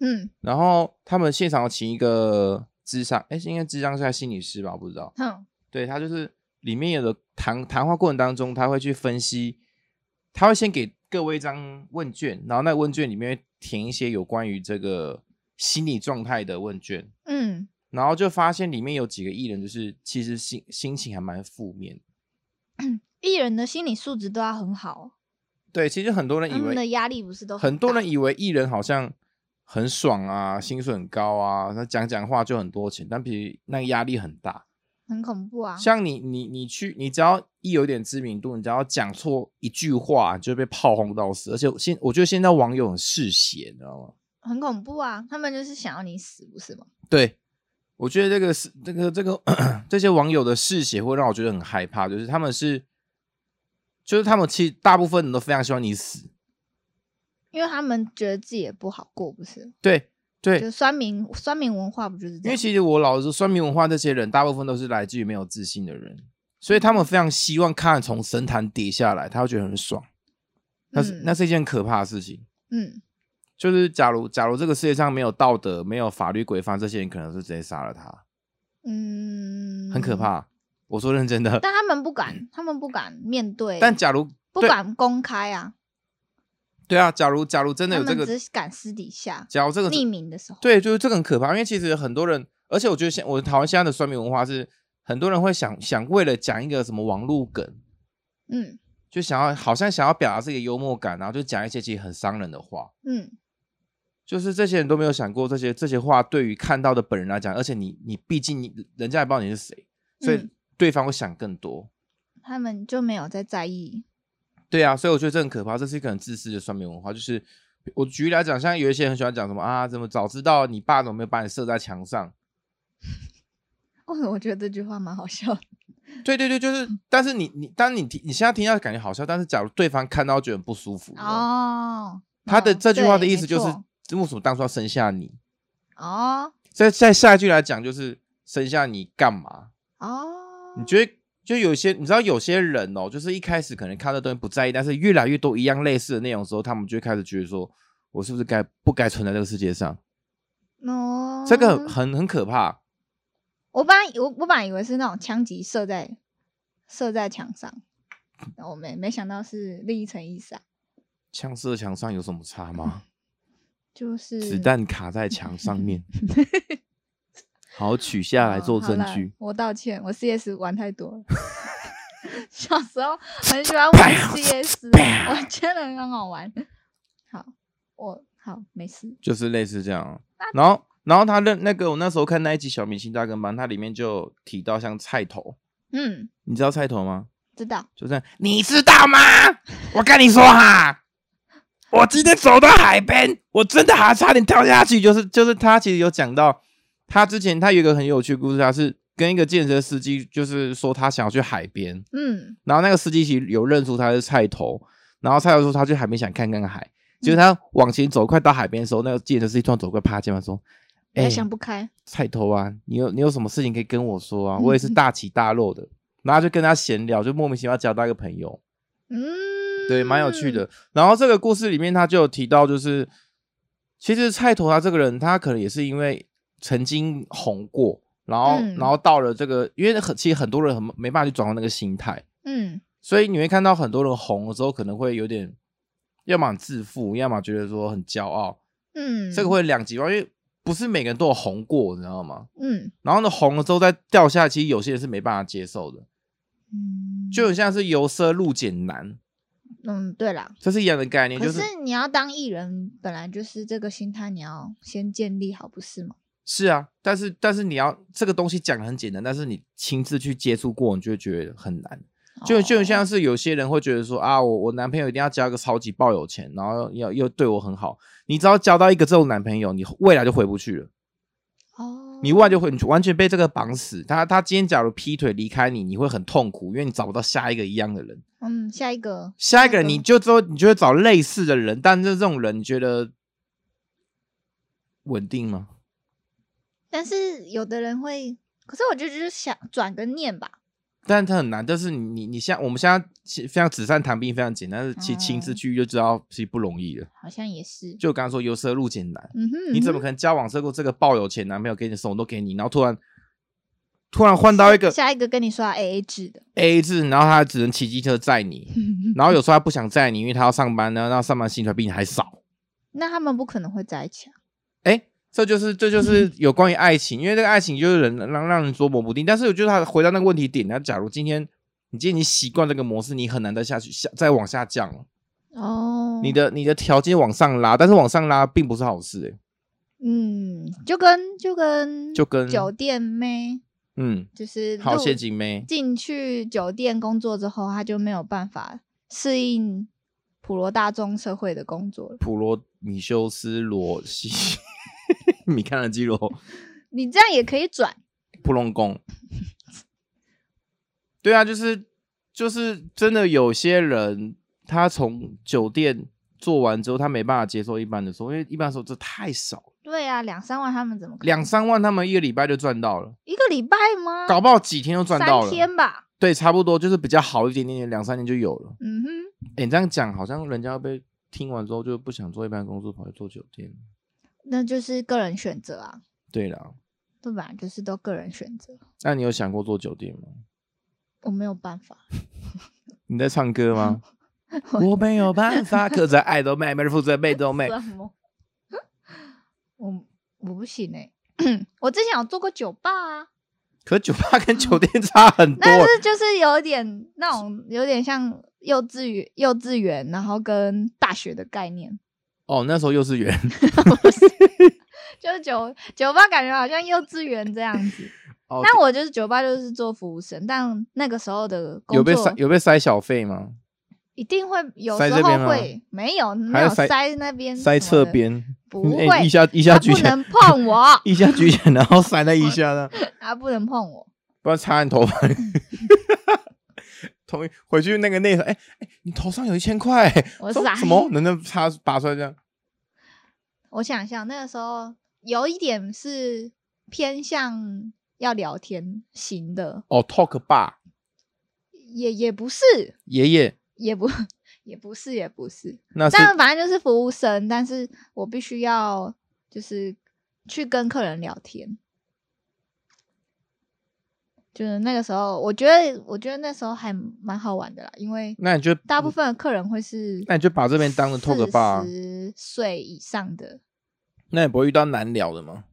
嗯
然后他们现场有请一个智商，哎，是应该智商是在心理师吧？我不知道。
哼，
对他就是里面有的谈谈话过程当中，他会去分析，他会先给各位一张问卷，然后那个问卷里面会填一些有关于这个心理状态的问卷，
嗯
然后就发现里面有几个艺人就是其实心心情还蛮负面。
艺人的心理素质都要很好，
对，其实很多人
他
以
们的
为
压力不是都
很多
大
人以为艺人好像很爽啊，薪水很高啊，那讲讲话就很多钱，但其实那个压力很大。
很恐怖啊。
像你，你，你去，你只要一有点知名度，你只要讲错一句话，你就被炮轰到死。而且现，我觉得现在网友很嗜血，你知道吗？
很恐怖啊！他们就是想要你死，不是吗？
对，我觉得这个是这个这个 <clears throat> 这些网友的嗜血会让我觉得很害怕，就是他们是，就是他们其实大部分人都非常希望你死。
因为他们觉得自己也不好过，不是？
对对，
就酸民酸民文化不就是这
因为
样？
其实我老实说，酸民文化这些人大部分都是来自于没有自信的人，所以他们非常希望看人从神坛跌下来，他会觉得很爽。那是、
嗯
那是一件很可怕的事情。
嗯，
就是假如假如这个世界上没有道德、没有法律规范，这些人可能是直接杀了他，
嗯，
很可。怕。我说认真的，
但他们不敢，他们不敢面对，
但假如
不
对
敢公开啊。
对啊，假如假如真的
他
有这
们
个，
只敢私底下
假如这个
匿名的时候，
对，就是这个很可怕，因为其实很多人，而且我觉得现我讨厌现在的酸民文化是，很多人会想想为了讲一个什么网络梗，
嗯
就想要好像想要表达自己的幽默感，然后就讲一些其实很伤人的话。
嗯
就是这些人都没有想过这些这些话对于看到的本人来讲，而且你你毕竟你人家也不知道你是谁，所以
嗯
对方会想更多。
他们就没有在在意。
对啊，所以我觉得这很可怕，这是一个很自私的算命文化。就是我举例来讲，像有一些人很喜欢讲什么啊，怎么早知道你爸怎么没有把你射在墙上？
哦，我觉得这句话蛮好笑的。
<laughs> 对对对，就是，
嗯
但是你你当你听你现在听到感觉好笑，但是假如对方看到觉得很不舒服，
哦，
他的
嗯
这句话的
对
意
没
思就是
错
为什么当初要生下你？
哦
再再下一句来讲就是生下你干嘛？
哦，
你觉得就有些你知道有些人哦，就是一开始可能看到东西不在意，但是越来越多一样类似的内容的时候，他们就会开始觉得说，我是不是该不该存在这个世界上？
哦，
这个很很很可怕。
我本来以我我本来以为是那种枪击射在射在墙上，然后我没没想到是另一层意思啊，
枪射墙上有什么差
<laughs>
吗？
就是
子弹卡在墙上
<laughs>
面，好取下来
哦
做
好
证
啦
据。
我道歉，我 CS 玩太多
<laughs>
了。小时候很喜欢玩 CS，我觉得很好玩。好，我好没事。
就是类似这样。啊
啊
然后，然后他的那个我那时候看那一集《小明星大跟班》，它里面就有提到像菜头，
嗯，
你知道菜头吗？
知道。
就这样，你知道吗？我跟你说哈，我今天走到海边，我真的还差点跳下去。就是就是他其实有讲到，他之前他有一个很有趣的故事，他是跟一个健身司机，就是说他想要去海边，
嗯
然后那个司机其实有认出他是菜头，然后菜头说他去海边想看看海，
嗯
结果他往前走，快到海边的时候，那个健身司机突然走过来，趴他肩膀说：“
我
哎、
也想不开。
菜头啊，你有你有什么事情可以跟我说
嗯
啊？我也是大起大落的。然后就跟他闲聊，就莫名其妙交到一个朋友，
嗯，
对，蛮有趣的。然后这个故事里面，他就有提到，就是其实菜头他这个人，他可能也是因为曾经红过，然后、
嗯
然后到了这个，因为很其实很多人很没办法去转换那个心态，
嗯。
所以你会看到很多人红了之后，可能会有点，要么很自负，要么觉得说很骄傲，
嗯嗯，
这个会两极化，因为不是每个人都有红过，你知道吗？
嗯
然后呢，红了之后再掉下来，其实有些人是没办法接受的，
嗯，
就很像是由奢入俭难，
嗯，对啦。
这是一样的概念，
可
哎就是
是你要当艺人，本来就是这个心态，你要先建立好，不是吗？
是啊，但是但是你要这个东西讲的很简单，但是你亲自去接触过，你就会觉得很难。就就很像
哦
是有些人会觉得说啊，我我男朋友一定要交一个超级爆有钱，然后要又对我很好。你只要交到一个这种男朋友，你未来就回不去了，
哦，
你未来就会你就完全被这个绑死。他他今天假如劈腿离开你，你会很痛苦，因为你找不到下一个一样的人。
嗯，下一个
下一个人
那
你就之后你就会找类似的人，但是这种人你觉得稳定吗？
但是有的人会，可是我觉得就是想转个念吧。
但他很难，但是你你你像我们现在其非常纸上谈兵非常简单，但是其实亲自
哦
去就知道其实不容易了。
好像也是，
就我刚刚说由奢入俭难，
嗯哼，
你怎么可能交往这个这个抱有钱男朋友给你什么都给你，然后突然突然换到一
嗯哼
个
下一个跟你说 A A 制的，
A 制，然后他只能骑机车载
<laughs>
你，然后有时候他不想载你，因为他要上班呢，那上班薪水比你还少。
那他们不可能会在一起啊。
哎，这就是这
嗯
就是有关于爱情，因为这个爱情就是人让让人捉摸不定。但是我觉得他回到那个问题点，那假如今天你今天你习惯这个模式，你很难再下去下再往下降了。
哦，
你的你的条件往上拉，但是往上拉并不是好事、哎，
嗯，就跟就跟
就跟
酒店妹，
嗯，
就是
好
入
陷阱妹，
进去酒店工作之后，他就没有办法适应普罗大众社会的工作了。
普罗米修斯罗西， <laughs> 米开朗基罗，
你这样也可以转，
普隆宫。对啊，就是就是真的有些人，他从酒店做完之后，他没办法接受一般的收入，因为一般的收入这太少了，
对啊，两三万他们怎么可能
两三万他们一个礼拜就赚到了，
一个礼拜吗？
搞不好几天就赚到
三
了。
天吧，
对，差不多就是比较好一点点，两三年就有了。
嗯哼，
哎，你这样讲好像人家被听完之后就不想做一般工作，跑去做酒店。
那就是个人选择啊，
对啦，
对吧？就是都个人选择，
那你有想过做酒店吗？
我没有办法。
你在唱歌吗？
<laughs> 我
我没有办法，可着爱都妹，没人负责被
<laughs>
都妹。
什么？欸我我不行哎、我之前有做过酒吧啊，
可酒吧跟酒店差很多欸，
那是就是有点那种有点像幼稚园、幼稚园，然后跟大学的概念，
哦，那时候幼稚园
就是酒酒吧感觉好像幼稚园这样子。
<laughs> 哦，
但我就是酒吧就是做服务生，但那个时候的工
有被
作
塞有被塞小费吗？
一定会有
塞
时
这边
候
吗
会没有没
还
有
是塞
塞那边
塞
什么
侧
的，
边，
不
<laughs> 嗯哎
会
一下一下
他
举
不
起来，
能，碰我
<laughs> 一下举起来，然后塞在一下
<laughs>
呢，
他不能碰我。
不然插你头发。 <laughs> 同意回去那个内场，哎、哎，你头上有一千块、
我
说
傻
什么？能不能插拔出来这样？
我想想，那个时候有一点是偏向要聊天型的，
哦，talk bar，
也也不是，
爷爷
也不 <laughs> 也不是，也不是。
那是
但反正就是服务生，但是我必须要就是去跟客人聊天。就是那个时候，我觉得，我觉得那时候还蛮好玩的啦，因为
那你就
大部分的客人会是，
嗯那你就把这边当成 talk bar
十岁以上的，
那也不会遇到难聊的吗？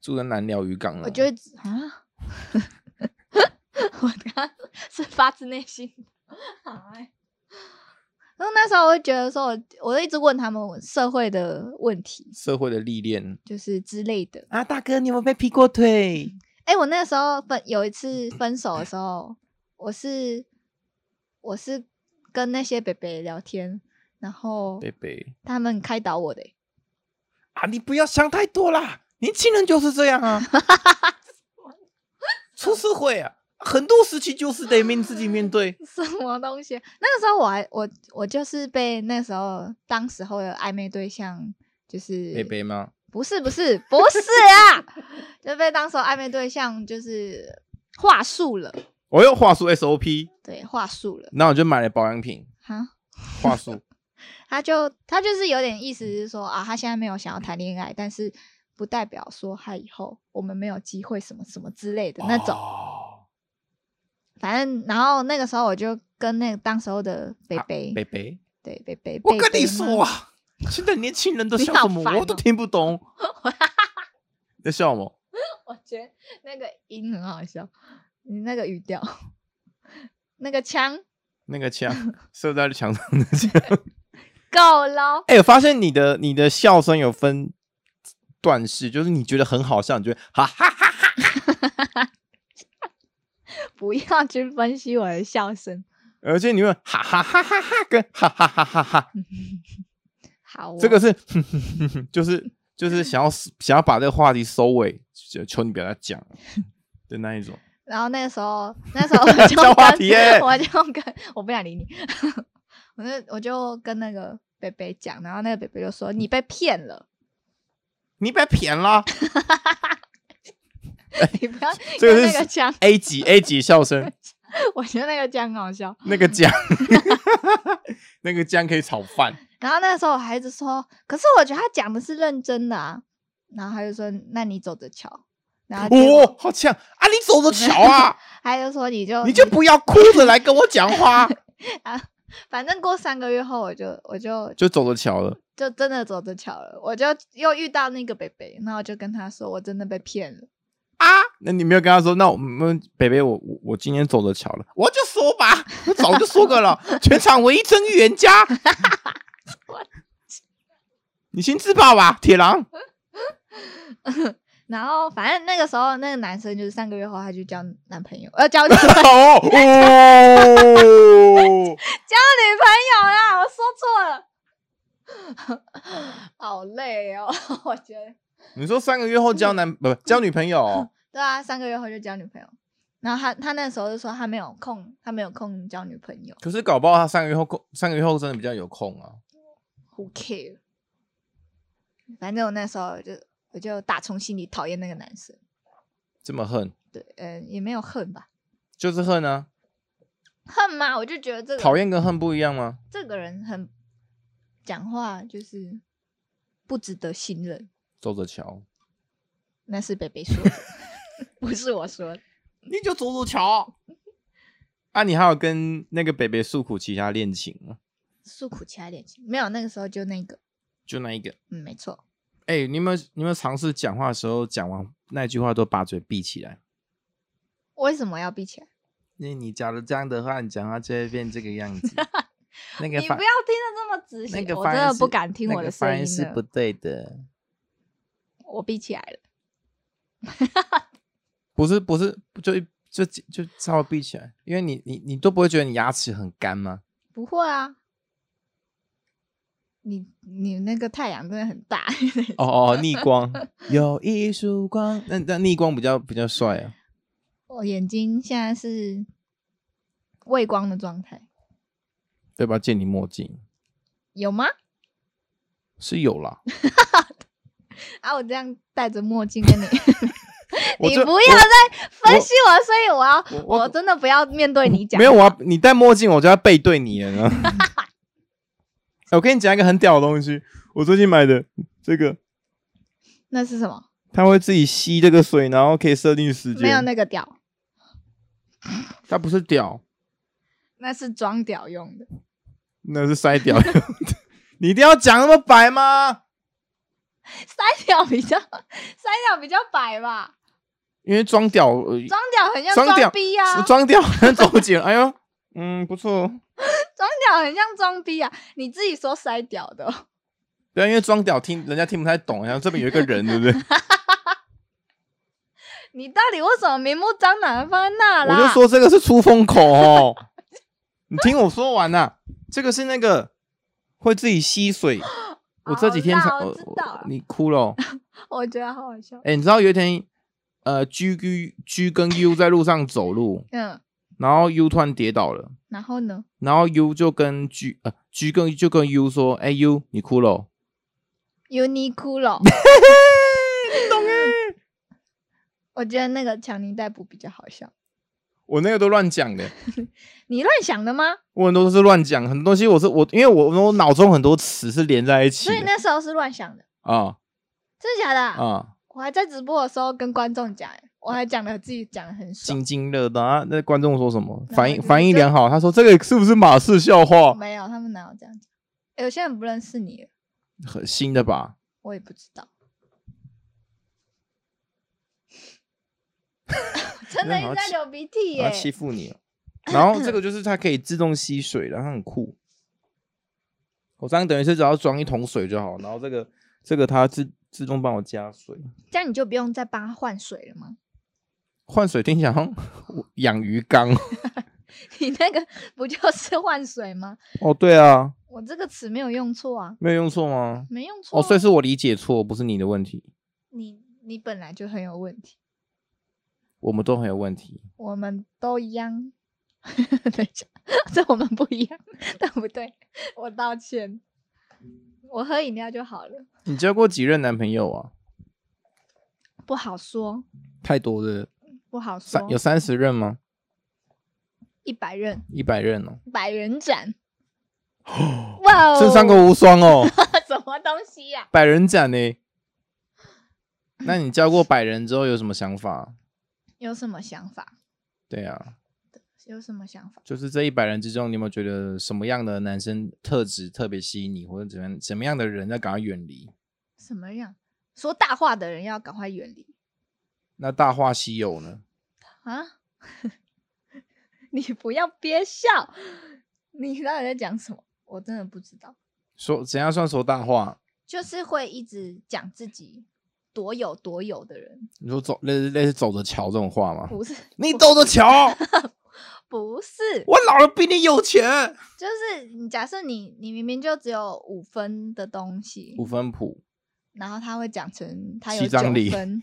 住在南寮渔港了，
我觉得啊， <laughs> 我刚是发自内心的。好欸然后那时候我会觉得说我，我就一直问他们社会的问题，
社会的历练
就是之类的。
啊，大哥，你有没有被劈过腿？
哎、我那时候分有一次分手的时候，我是我是跟那些北北聊天，然后
贝贝
他们开导我的欸、
啊，你不要想太多啦，年轻人就是这样啊，
嗯
<laughs> 出社会啊，很多时期就是得面自己面对。
<laughs> 什么东西？那个时候我还我我就是被那时候当时候的暧昧对象就是
贝贝吗？
不是不是不是
<laughs>
啊，就被当时候暧昧对象就是话术了，
我又话术 SOP，
对话术了
那我就买了保养品
哈。 <laughs>
话术。
他就他就是有点意思是说啊，他现在没有想要谈恋爱，但是不代表说他以后我们没有机会什么什么之类的那种。
哦
反正然后那个时候我就跟那个当时候的北
啊
北、
贝贝，
对北北，
我
贝
跟你
贝
说
吗，
啊，现在年轻人都
你
笑
好
什么，
烦
我都
哦
听不
<laughs>
懂。在笑我？
我觉得那个音很好笑，你那个语调， <laughs> 那个腔
那个枪射在墙上的枪。 <laughs>
够了。
哎、我发现你的你的笑声有分段式，就是你觉得很好笑，你觉得哈哈哈哈，
不要去分析我的笑声。
而且你会哈哈哈哈哈跟哈哈哈哈哈，
好、哦，
这个是 <laughs> 就是就是想要想要把这个话题收尾，求求你不要再讲了的那一种。
然后那个时候，那时候我就
交
跟
话题耶
我就跟我不想理你，我就我就跟那个北北讲，然后那个北北就说你被骗了，
你被骗了啊
你不要
哎这个
用
是
那个腔，
！A 级 A 级笑声，
我觉得那个腔很好笑。
那个酱， <laughs> 那个酱可以炒饭。
然后那时候我孩子说，可是我觉得他讲的是认真的啊，然后他就说那你走着瞧，然后结果
哦，好呛啊！你走着瞧啊，
他就说你就
你就不要哭着来跟我讲话， <laughs>
反正过三个月后我就我就
就走着瞧了。
就真的走着瞧了，我就又遇到那个北北，然后我就跟他说我真的被骗了。
啊？那你没有跟他说，那我们北北我我我今天走着瞧了，我就说吧，我早就说过了，全场唯一真预言家。你先自爆吧，铁狼。
然后反正那个时候那个男生就是三个月后他就交男朋友，呃交交女 <laughs> 朋
哦哦， <laughs>
友啦，我说错了。好累哦， <laughs> 我觉得。
你说三个月后交男不不交女朋友哦、
对啊，三个月后就交女朋友。然后他他那时候就说他没有空，他没有空交女朋友
可是搞不好他三个月后空，三个月后真的比较有空啊。
，Who care？反正我那时候就我就打从心里讨厌那个男生，
这么恨，
对，嗯、也没有恨吧，
就是恨啊，
恨吗？我就觉得这个
讨厌跟恨不一样吗？
这个人很讲话就是不值得信任，
走着瞧，
那是北
<laughs>
北说的，不是我说的。
你就走走瞧。 <laughs> 啊，你还有跟那个北北诉苦其他恋情吗？
诉苦其他恋情没有，那个时候就那个，
就那一个。
嗯，没错，
哎、你有没有你有没有尝试讲话的时候讲完那句话都把嘴闭起来？
为什么要闭起来？
因为你假如这样的话，你讲话就会变这个样 <laughs> 子。那个
你
发
不要听得这么仔细，
那个
我
发
真
音
的
是
不敢听
那
我
个
的
发
声
音是
了
不对的，
我闭起来了。
不是不是，就就就稍微闭起来，因为你你你都不会觉得你牙齿很干吗？
不会啊，你你那个太阳真的很大。 <laughs>
哦哦，逆光有一束光，那那逆光比较比较帅啊。
我眼睛现在是畏光的状态，
对吧？借你墨镜
有吗？
是有
<laughs>
啦，
啊，我这样戴着墨镜跟你，
<laughs> 我
你
就
不要再分析我，所以我要
我
我真的不要面对你讲。
没有，我要你戴墨镜，我就要背对你了呢。 <laughs> 哎我跟你讲一个很屌的东西，我最近买的这个，
那是什么？
它会自己吸这个水，然后可以设定时间。
没有那个屌，
它不是屌，
那是装屌用的。
那是塞屌。 <laughs> 你一定要讲那么白吗？
三屌比较，三屌比较白吧，
因为装屌，呃
装屌很像
装屌
装逼啊，
装屌好像走起来。哎呦，嗯，不错哦。
装屌很像装逼啊，你自己说塞屌的哦、
对啊，因为装屌听人家听不太懂，然后这边有一个人，对不
<laughs>
对？
你到底为什么明目张胆的放在那啦？
我就说这个是出风口哦， <laughs> 你听我说完呐、啊这个是那个会自己吸水。我这几天才，
好啦我
我
知道
我你哭了、哦。
我觉得好好笑。
哎、你知道有一天，呃，G G G 跟 U 在路上走路，
嗯，
然后 U 突然跌倒了，
然后呢？
然后 U 就跟 G 呃 G 跟就跟 U 说：“哎、u 你哭了哦、 <laughs>
Uniqlo，我觉得那个强尼戴普比较好笑。
我那个都乱讲的，
你乱想的吗？
我很多都是乱讲，很多东西我是我，因为我我脑中很多词是连在一起
所以
的
那时候是乱想的，
啊
真的假的啊、
啊。
我还在直播的时候跟观众讲，欸我还讲的自己讲的很爽。
津津乐道啊！那观众说什么？
然后
反应
就是
反应
这
良好，他说这个是不是马氏笑话？
没有，他们哪有这样讲？哎有些人不认识你了，
很新的吧？
我也不知道。 <laughs> 真的
那
一
好
直
像
在
欺
流鼻涕
我要
耶！
啊欺负你了。哦然后这个就是它可以自动吸水的，它很酷。我这样等于是只要装一桶水就好，然后这个这个它自自动帮我加水，
这样你就不用再帮他换水了吗？ <laughs>
换水听起来好像我养鱼
<laughs>
缸
你那个不就是换水吗？
哦，对啊，
我这个词没有用错啊，
没有用错吗？
没用错啊、
哦，所以是我理解错，不是你的问题，
你你本来就很有问题，
我们都很有问题。
我们都一样。 <laughs> 等一下， <laughs> 这我们不一样，对不对？我道歉，我喝饮料就好了，
你交过几任男朋友啊？
不好说，
太多了，
不好
三
说
有。三十任吗？
一百人，
一百任哦。
百
<gasps>
人斩，哇哦， <laughs>
真上过无双哦，
什么东西呀、
百人斩
<laughs>
呢？那你教过百人之后有什么想法？
有什么想法？
对啊，
有什么想法？
就是这一百人之中，你有没有觉得什么样的男生特质特别吸引你，或者怎么样怎么样的人要赶快远离？
什么样？说大话的人要赶快远离
那《大话西游》呢？
啊！ <laughs> 你不要憋笑，你到底在讲什么？我真的不知道。
说怎样算说大话？
就是会一直讲自己多有多有的人，
你说走类似类似走着瞧这种话吗？
不是
啊你走着瞧，
<laughs> 不是，
我老了比你有
<laughs>
钱。
就是你假设你你明明就只有五分的东西
五，分谱，
然后他会讲成他有
七
九
张里
分，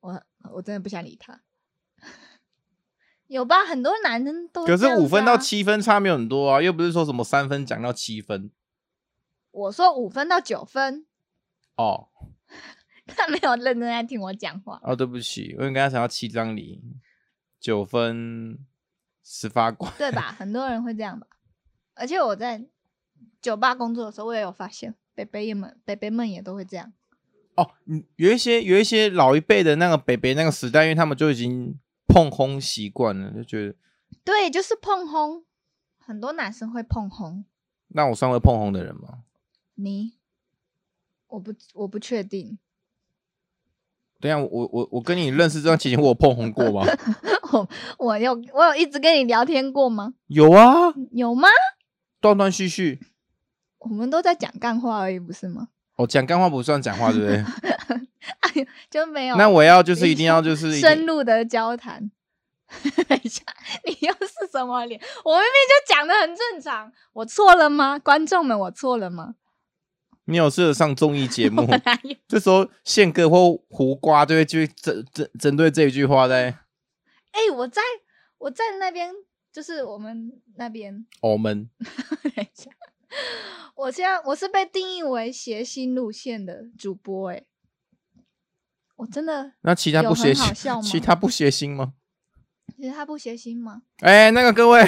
我我真的不想理他。 <laughs> 有吧？很多男人都
可
这
是
样
五分
子
到
啊，
七分差没有很多啊，又不是说什么三分讲到七分
我说五分到九分， <laughs>
哦。
他没有认真在听我讲话。
哦，对不起，我应该想要七张零，九分十八关。
对吧？很多人会这样吧。而且我在酒吧工作的时候，我也有发现，北北也们北北们也都会这样。
哦，嗯有一些有一些老一辈的那个北北那个时代，因为他们就已经碰轰习惯了，就觉得
对，就是碰轰，很多男生会碰轰。
那我算会碰轰的人吗？
你，我不我不确定， <laughs>
等一下，我我我跟你认识这段期间，我有碰轰过吗？ <laughs>
我我有我有一直跟你聊天过吗？
有啊，
有吗？
断断续续。
我们都在讲干话而已，不是吗？
哦，讲干话不算讲话，对不对？
哎，就没有。
那我要就是
你
一定要就是一定
深入的交谈。 <laughs> 等一下，你又是什么脸？我明明就讲的很正常，我错了吗？观众们，我错了吗？ <laughs>
你有适合上综艺节目
我，哪有？
这时候宪哥或胡瓜就会去针针针对这一句话在
哎、我在我在那边，就是我们那边。
哦我们
等一下，我现在我是被定义为谐星路线的主播、哎，我真的，
那其他
有
不
很
谐
好
星，
笑吗
其他不谐星吗？ <laughs>
其实他不谐星吗？
哎、那个各位，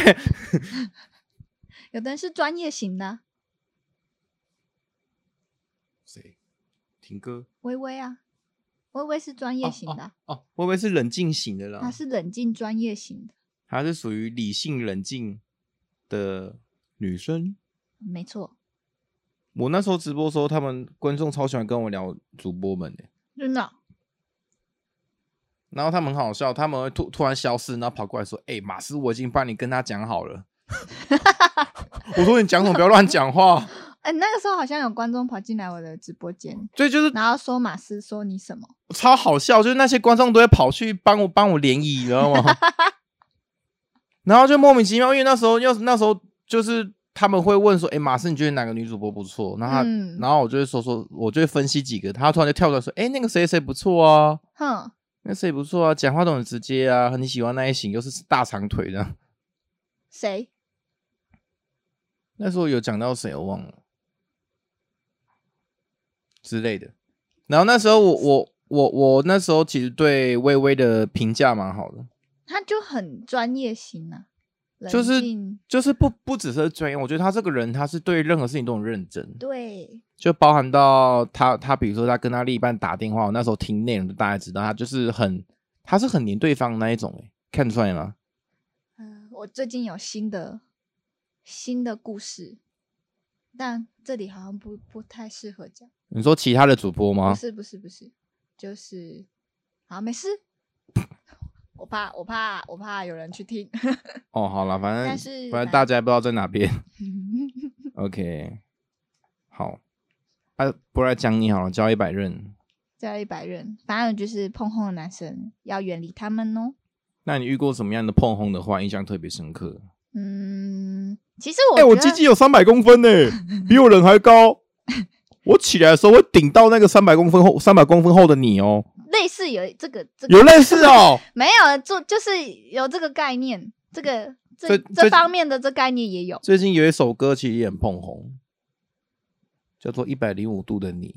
有的人是专业型的啊、
谁？婷哥
微微啊，微微是专业型的啊，
哦，会不会是冷静型的啦？
他是冷静专业型的，
她是属于理性冷静的女生。
没错，
我那时候直播的时候，他们观众超喜欢跟我聊主播们的，
真的。
然后他们很好笑，他们会突突然消失，然后跑过来说：“哎、马斯，我已经帮你跟他讲好了。” <laughs> 我说：“你讲什么？不要乱讲话。 <laughs>
哎、那个时候好像有观众跑进来我的直播间”，
所以就是
然后说马斯说你什么？
超好笑，就是那些观众都会跑去帮我帮我联谊，你知道吗？然后就莫名其妙，因为那时候要是那时候就是他们会问说：“哎、马斯，你觉得哪个女主播不错？”然后他、
嗯
然后我就会说说，我就会分析几个，他突然就跳出来说：“哎、那个谁谁不错啊，
哼，
那谁不错啊，讲话都很直接啊，很喜欢那一型，又是大长腿的。”
谁？
那时候有讲到谁，我忘了之类的。然后那时候我我我我那时候其实对微微的评价蛮好的，
他就很专业型啊，冷
就是
静
就是不不只是专业，我觉得他这个人他是对任何事情都很认真，
对，
就包含到他他比如说他跟他另一半打电话，我那时候听内容就大概知道他就是很他是很黏对方的那一种、欸，看得出来吗？
嗯、我最近有新的新的故事，但这里好像不不太适合讲。
你说其他的主播
不
吗？
是不是不是，就是好没事。 <laughs> 我怕我怕我怕有人去听， <laughs>
哦，好了，反
但
正
是
反正
反
大家也不知道在哪边。OK，好，啊，不来讲你好了，交一百任。
这一百人，反正就是碰碰的男生要远离他们哦。
那你遇过什么样的碰轰的话，印象特别深刻？
嗯，其实我
哎、我
觉
鸡
得
鸡有三百公分
<laughs>
呢、比我人还高。我起来的时候会顶到那个三百公分厚、三百公分厚的你哦，
类似有这个这个
有类似
<laughs>
哦。
没有就就是有这个概念，这个这
这这
方面的这概念也有。
最近有一首歌其实也很碰红，叫做《一百零五度的你》，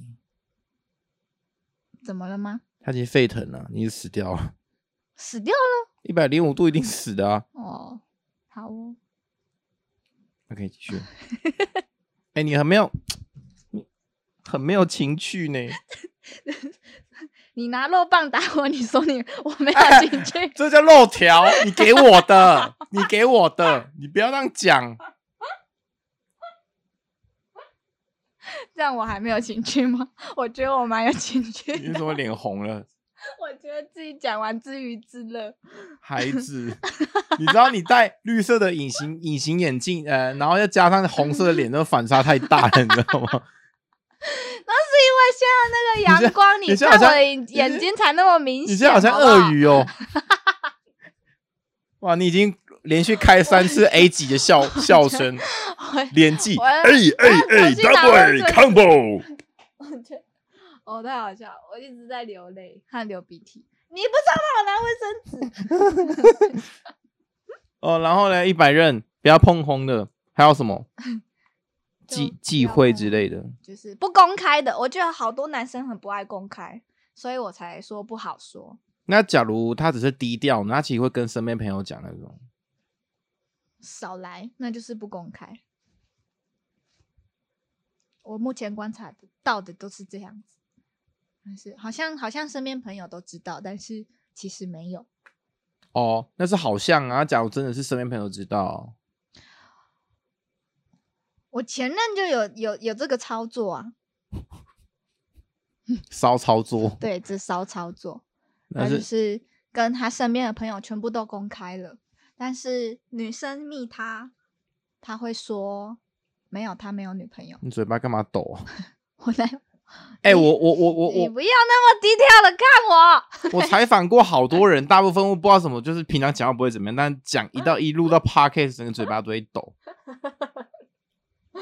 怎么了吗？
它已经沸腾了，你已经死掉了。
死掉了
一百零五度一定死的啊。
哦，好哦，
OK，继
<laughs>
续。哎、你很没有，你很没有情趣呢。
你拿肉棒打我，你说你我没有
哎
进去。
这叫肉条，你给我的，你给我的，你不要这样讲。
这样我还没有情趣吗？我觉得我蛮有情趣
你
的，
怎么脸红了，
我觉得自己讲完自娱自乐。
孩子？ <laughs> 你知道你戴绿色的隐形隐形眼镜，呃，然后又加上红色的脸，那个反差太大了，你知道
<laughs>
吗？
那是因为现在那个阳光，
你
你
现
看
在好
我
像
的眼睛才那么明
你
显。
现在好像
不好
鳄。鱼哦。哇，你已经连续开三次 A 级的
<laughs>
笑笑声，
我
连技
我
哎哎
我
哎
去打卫
，double
生
combo！
我觉得哦太好笑了，我一直在流泪和流鼻涕。你不知道帮我拿卫生纸，
哦，然后呢，一百任不要碰红的，还有什么
<laughs> 就
忌
不
忌
要
讳
碰
之类的？
就是不公开的。我觉得好多男生很不爱公开，所以我才说不好说。
那假如他只是低调，那他其实会跟身边朋友讲那种。
少来，那就是不公开。我目前观察得到的都是这样子，但是好像好像身边朋友都知道，但是其实没有。
哦，那是好像啊。假如真的是身边朋友知道，
我前任就有有有这个操作啊，
骚操作，
<laughs> 对，这骚操作，
那
他就是是跟他身边的朋友全部都公开了，但是女生密他，他会说没有，他没有女朋友。 <laughs>
你嘴巴干嘛抖啊？
我来，
哎、
你
我我我我
<laughs> 你
我
不要那么低调的看
我采访过好多
<laughs>
人，大部分我不知道什么，就是平常讲话不会怎么样，但讲一到一录
<laughs>
到 podcast，整个嘴巴都会抖。
我，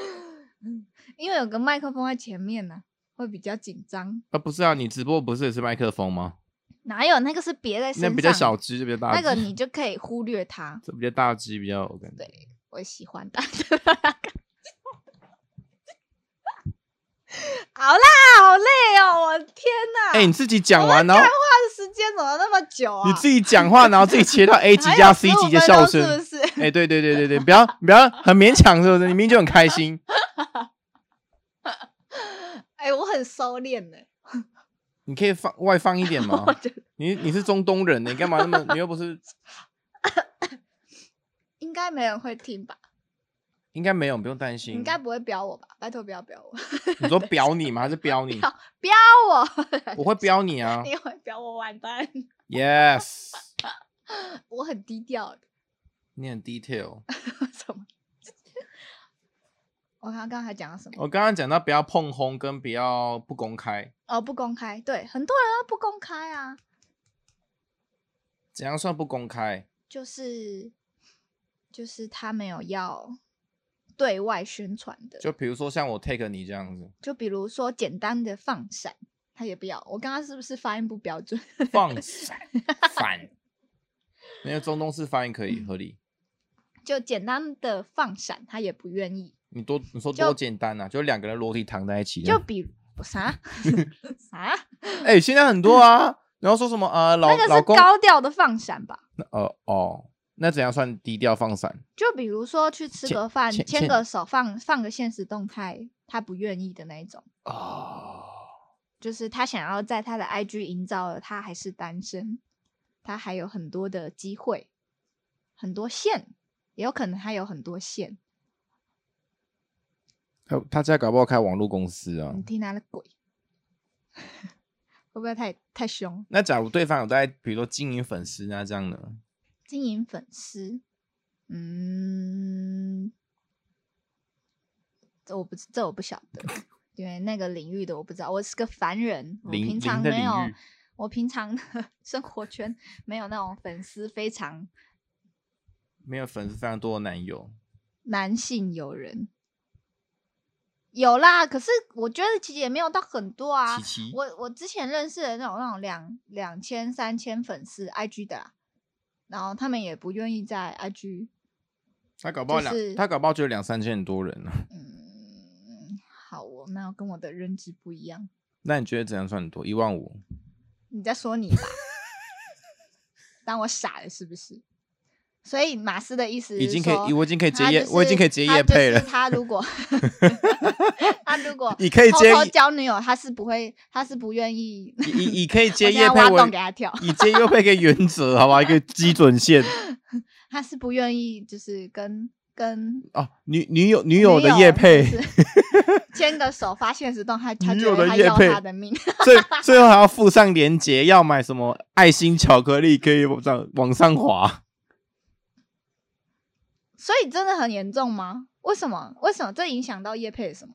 因为有个麦克风在前面呢、会比较紧张。
啊，不是啊，你直播不是也是麦克风吗？
哪有那个是别在身
那
上，
比较小，只，就比较大
那
只。
个你就可以忽略它。
这比较大只，比较我感觉。
对，我喜欢的。 <laughs> 好啦，好累哦！我的天哪，
哎、你自己讲完，然后
这时间怎么那么久啊？
你自己讲话，然后自己切
<laughs>
到 A 级
还有
加 C
15
级的
分
笑
钟
声。
是不是？ <laughs>
哎、对对对对对，不要不要很勉强，是不是？你明明就很开心。
哎、我很收敛的，
你可以放外放一点吗
<laughs> 我？觉得
你你是中东人，欸你干嘛那么？你又不是，
应该没人会听吧？
应该没有，不用担
你
心。
应该不会标我吧？拜托不要标我， <laughs>
你说表你吗？还是标你？
标 <laughs> 我，
我会标你啊
你会标我完蛋。 <laughs>
！Yes，
我很低调的，
你很 detail。
什么？ <laughs> 我刚刚才讲了什么？
我刚刚讲到不要碰轰，跟不要不公开，
哦，不公开，对，很多人都不公开啊，
怎样算不公开？
就是就是他没有要对外宣传的，
就比如说像我 take 你这样子，
就比如说简单的放闪，他也不要。我刚刚是不是发音不标准？ <laughs>
放闪反，没有中东式发音可以合理。
就简单的放闪，他也不愿意。
你多你说
就
多简单呐、啊，就两个人裸体躺在一起这
就
样。
比啥 <laughs> 啥，
哎、现在很多啊，然后说什么啊、呃老
那个
老
是
公
高调的放闪吧？
呃哦，那怎样算低调放闪？
就比如说去吃
牵
个饭，
牵
牵
牵
个手，放放个现实动态，他不愿意的那一种。
哦，
就是他想要在他的 IG 营造了他还是单身，他还有很多的机会，很多线，也有可能他有很多线。
他他家搞不好开网络公司啊
你。听他的鬼，会不会太太凶？
那假如对方有在，比如说经营粉丝那这样呢？
经营粉丝，嗯，这我不知这我不晓得，
<laughs>
因为那个领域的我不知道，我是个凡人，我
零
平常
零的
没有
领域，
我平常的 <laughs> 生活圈没有那种粉丝非常
没有粉丝非常多的男友，
男性友人。有啦，可是我觉得其实也没有到很多啊
琪。琪，
我我之前认识的那种那种两两千三千粉丝 IG 的啦，然后他们也不愿意在 IG，
他搞不好两，
就是
他搞不好就有两三千多人啊呢、
嗯，好哦，那跟我的认知不一样。
那你觉得怎样算很多？一万五？
你在
<laughs>
说你吧？当我傻了是不是？所以马斯的意思
已
是
经可以
说
我已经可以接
他
业
就
我已经
是
可以接
他
业
就
配
是
了
他
<laughs>
如果 <laughs> 他如果
你可以
偷
接
偷交女友，他是不会，他是不愿意 <laughs>
以以以可以接
我现在
业
挖
配为
洞给他跳
以接业配给原则，好吧，一个基准
<laughs>
线
他是不愿意，就是跟跟
哦。女女友女友的业
就
配，
是牵个手发现实
<laughs>
动态，他
女
觉
友
得
的
他
业
要
配
他的命。 <laughs>
<laughs> 最最后还要附上链接，要买什么爱心巧克力，可以往上往上滑。
所以真的很严重吗？为什么？为什么这影响到叶配什么？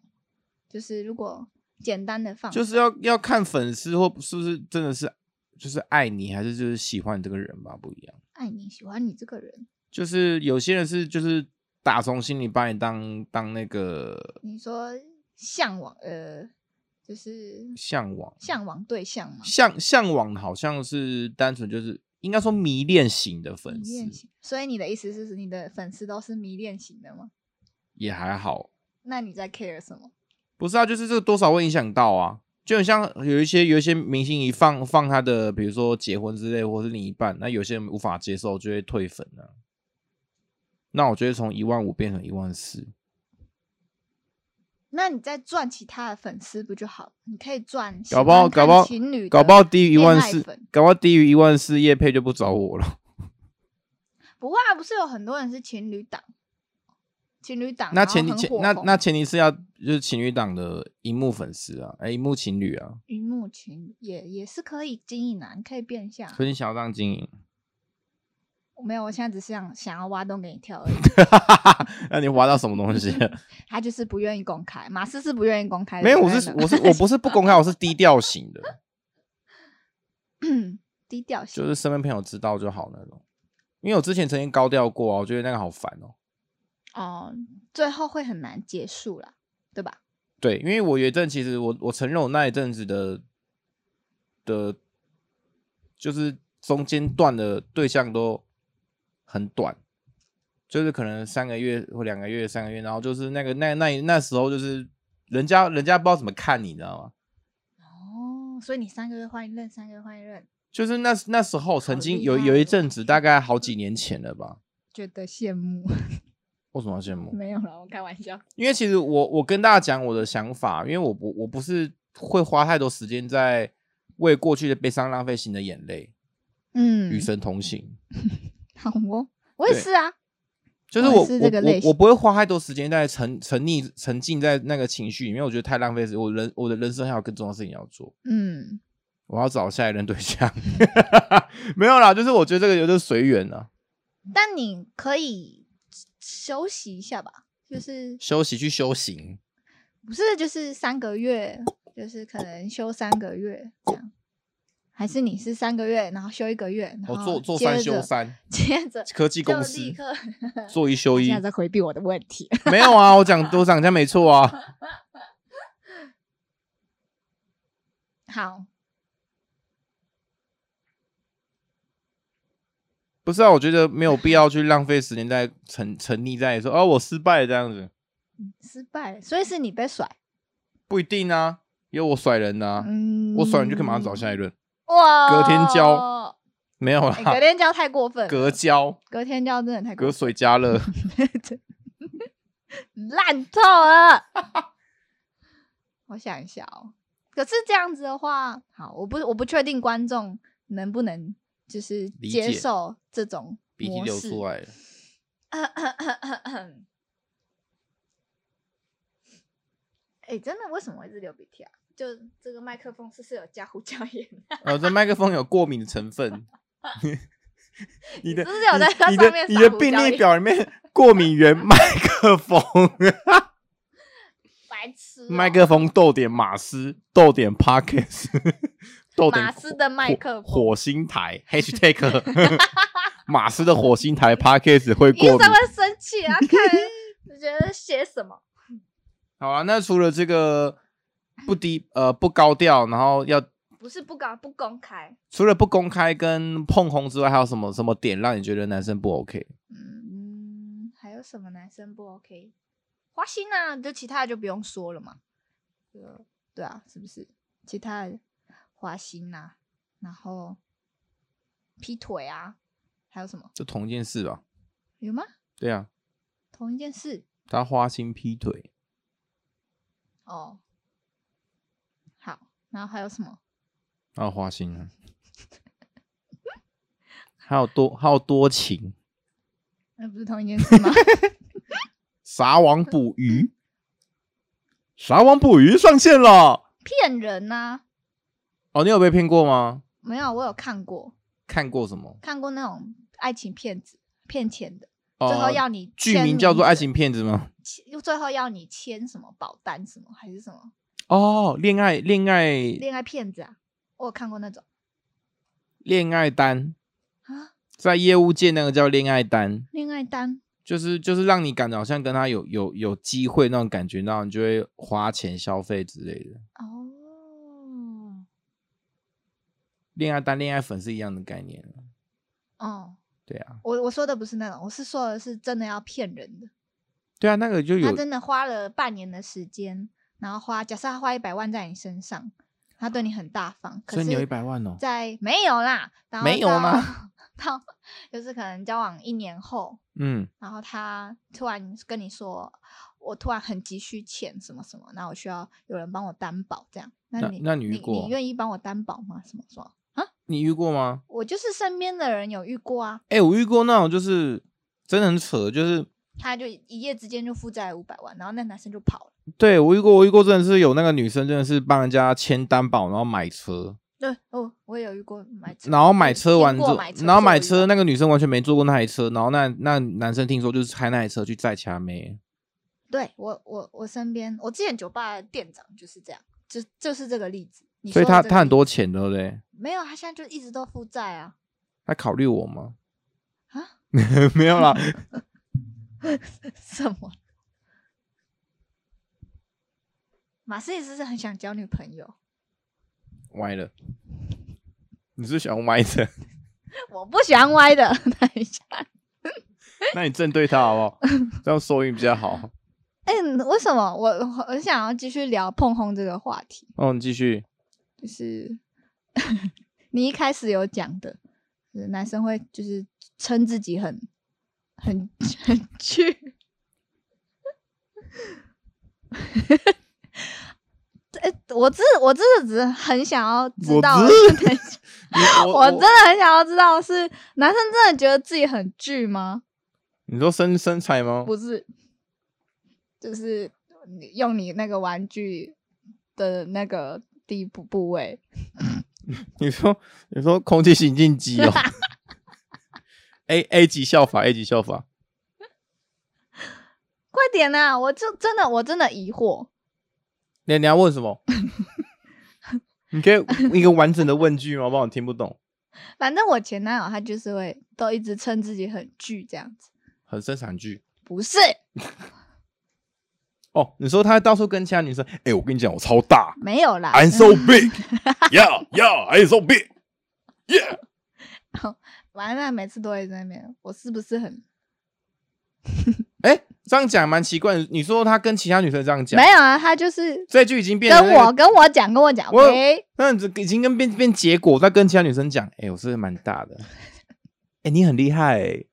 就是如果简单的放，
就是要要看粉丝或是不是真的是就是爱你，还是就是喜欢你这个人吧，不一样。
爱哎你喜欢你这个人，
就是有些人是就是打从心里把你当当那个
你说向往，呃，就是
向往，
向往对象嘛，
向向往好像是单纯就是应该说迷恋型的粉
迷
丝
恋，型。所以你的意思是，你的粉丝都是迷恋型的吗？
也还好。
那你在 care 什么？
不是啊，就是这个多少会影响到啊。就很像有一些有一些明星一放放他的，比如说结婚之类，或是另一半，那有些人无法接受就会退粉啊。那我觉得从一万五变成一万四，
那你再赚其他的粉丝不就好了？你可以赚喜
搞不好
欢看
搞不好
情侣的
搞不好低于一万
恋爱
四
粉，
搞不好低于一万四，叶配就不找我了。
不会啊，不是有很多人是情侣档，情侣档
那
啊然后
前提
很
前
火
那
红
那前提是要就是情侣党的荧幕粉丝啊，哎、荧幕情侣啊，
荧幕友群也也是可以经营啊，你可以变相。
所以你想要这样经营， <laughs>
没有，我现在只是想想要挖洞给你跳而已。
那你挖到什么东西？啊
<laughs> 他就是不愿意公开，马斯是不愿意公开的。
没有，我是我是我不是不公开，我是低调型的，
是低调型，
就是身边朋友知道就好那种。因为我之前曾经高调过啊，我觉得那个好烦哦。
哦，最后会很难结束啦，对吧？
对，因为我有一阵其实我我承认我那一阵子的的，就是中间断的对象都很短，就是可能三个月或两个月、三个月，然后就是那个那那那时候就是人家人家不知道怎么看你，你知道吗？
哦，所以你三个月换一任，三个月换一任，
就是那那时候曾经
厉
有
害
有一
哦
阵子，大概好几年前了吧？
觉得羡慕。 <laughs>
为什么要羡慕？
没有了，我开玩笑。
因为其实我我跟大家讲我的想法，因为我不我不是会花太多时间在为过去的悲伤浪费新的眼泪，
嗯
与，神同行。
好哦，我也
对
是啊。
就是
我也
我
是
我
这个类
我
型
我不会花太多时间在沉沉溺沉浸在那个情绪里面，我觉得太浪费时间。我人我的人生还有更重要的事情要做，
嗯，
我要找下一任对象。 <laughs> 没有啦，就是我觉得这个有点随缘啊了，
但你可以休息一下吧，就是
休息去修行。
不是就是三个月，就是可能休三个月这样，还是你是三个月，然后休一个月，然
我
后
哦做做
哦接
三
着
休三，
<laughs> 接着
科技公
就
司
立刻
做一休
你
一
<laughs> 现在，在回避我的问题， <laughs>
没有啊，我讲都讲这样没错啊。
好，
不是啊，我觉得没有必要去浪费时间在沉沉溺在说哦我失败了这样子，
失败了，所以是你被甩，
不一定啊，有我甩人呐、啊
嗯，
我甩人就可以马上找下一任，
哇，
隔天交，没有啦，
哎，隔天交太过分了，
隔交。
隔天交真的太
隔
过分
水加
<laughs>
热，
了，烂透了。 <laughs> 我想一下哦，可是这样子的话，好，我不我不确定观众能不能就是
理
接
解
受这种
鼻涕
模
流
式
出
<coughs>
来了。
哎、真的为什么会一直流鼻涕啊？就这个麦克风是不是有加胡椒盐？ <laughs>
呃，这麦克风有过敏的成分。你的
你是不是有在它
你
上
的
面
你
撒
的
胡
病
椒
历
盐
表里面过敏源麦克风，
白痴哦、
麦克风逗点马斯逗点 Pockets <laughs> 逗点
马斯的麦克
火
风
火星台 Hashtag <laughs> 马斯的火星台 Pockets 会
医
过敏。
生会生气啊！看 <laughs> 你觉得写什么？
好啊，那除了这个不低呃不高调，然后要
不是不搞不公开，
除了不公开跟碰红之外，还有什么什么点让你觉得男生不 OK？
嗯，还有什么男生不 OK？花心啊，就其他的就不用说了嘛。呃，对啊，是不是？其他的花心啊，然后劈腿啊，还有什么？
就同一件事吧。
有吗？
对啊，
同一件事
他花心劈腿，
哦。好，然后还有什么？
还有花心啊， <laughs> 还有多还有多情，
那不是同一件事吗？ <laughs>
撒网捕
嗯
鱼，撒网捕鱼上线了。
骗人呐、
哦，你有被骗过吗？
没有，我有看过，
看过什么？
看过那种爱情骗子骗钱的，最后
哦，
要你
剧
签
名叫做《
字
爱情骗子》吗？
签又最后要你签什么保单什么还是什么
哦，恋爱恋爱
恋爱骗子啊？我有看过那种
恋爱单，
啊，
在业务界那个叫恋爱单，
恋爱单
就是就是让你感觉好像跟他有有有机会那种感觉，然后你就会花钱消费之类的。
哦
恋爱单、恋爱粉是一样的概念。
哦，
对啊，
我我说的不是那种，我是说的是真的要骗人的，
对啊，那个就有
他真的花了半年的时间，然后花假设他花一百万在你身上，他对你很大方，可
所以
是
你有100万哦
在没有啦，然后
没有
吗
吗？
<laughs> 到就是可能交往一年后，
嗯，
然后他突然跟你说，我突然很急需钱什么什么，那我需要有人帮我担保这样。那
那
你
那你
你
遇过
你愿意帮我担保吗？什么什么？
你遇过吗？
我就是身边的人有遇过啊，
哎、我遇过那种就是真的很扯，就是
他就一夜之间就负债五百万，然后那男生就跑了。
对我遇过，我遇过真的是有那个女生真的是帮人家签担保，然后买车，
对，哦，我也有遇过买车，
然后买
我
车
听
完之
过
后
买，车
然后
是
买
有遇
车
到
那个女生完全没坐过那台车，然后那那男生听说就是开那台车去载其他妹，
对我我我身边，我之前酒吧的店长就是这样，就就是这个例子。你
所以
说的
他
这个
他很
例
多
子
钱，对不对？
没有，他现在就一直都负债啊
他考虑我吗？
啊
<laughs> 没有啦，
<laughs> 什么？马斯也是很想交女朋友，
歪了。你是喜欢歪的，
<laughs> 我不喜欢歪的， <laughs> 等一下。
<laughs> 那你正对他好不
<laughs>
好？这样收音比较好。
哎、为什么我我我想要继续聊碰轰这个话题？
哦，你继
<laughs>
续。
就是 <laughs> 你一开始有讲的，就是男生会就是称自己很很很去， <laughs> 哎、我真的我真的只是很想要知
我
道，
知
<laughs> 等一下
你
我真的很想要知道是男生真的觉得自己很巨吗？
你说身身材吗？
不是，就是你用你那个玩具的那个地部部位。
你说你说空气行进机
<laughs>
哦，A A 级效法，A 级效法。
快点呐、我就真的我真的疑惑，
你你要问什么？你可以一个完整的问句吗？不然我听不懂。
反正我前男友他就是会都一直称自己很巨这样子，
很生产句
不是
哦。你说他到处跟其他女生，哎、我跟你讲，我超大
没有啦。
，I'm
嗯
so
<laughs>
big，yeah yeah，I'm so big，yeah。
完了，每次都会在那边，我是不是很
哎、这样讲蛮奇怪。你说他跟其他女生这样讲
没，有啊？他就是
这句已经变成
跟
那个
我跟我讲跟我讲，
我
喂，
那你这已经跟变变结果，在跟其他女生讲，哎、我是蛮大
<laughs>
的，哎、你很厉害、欸，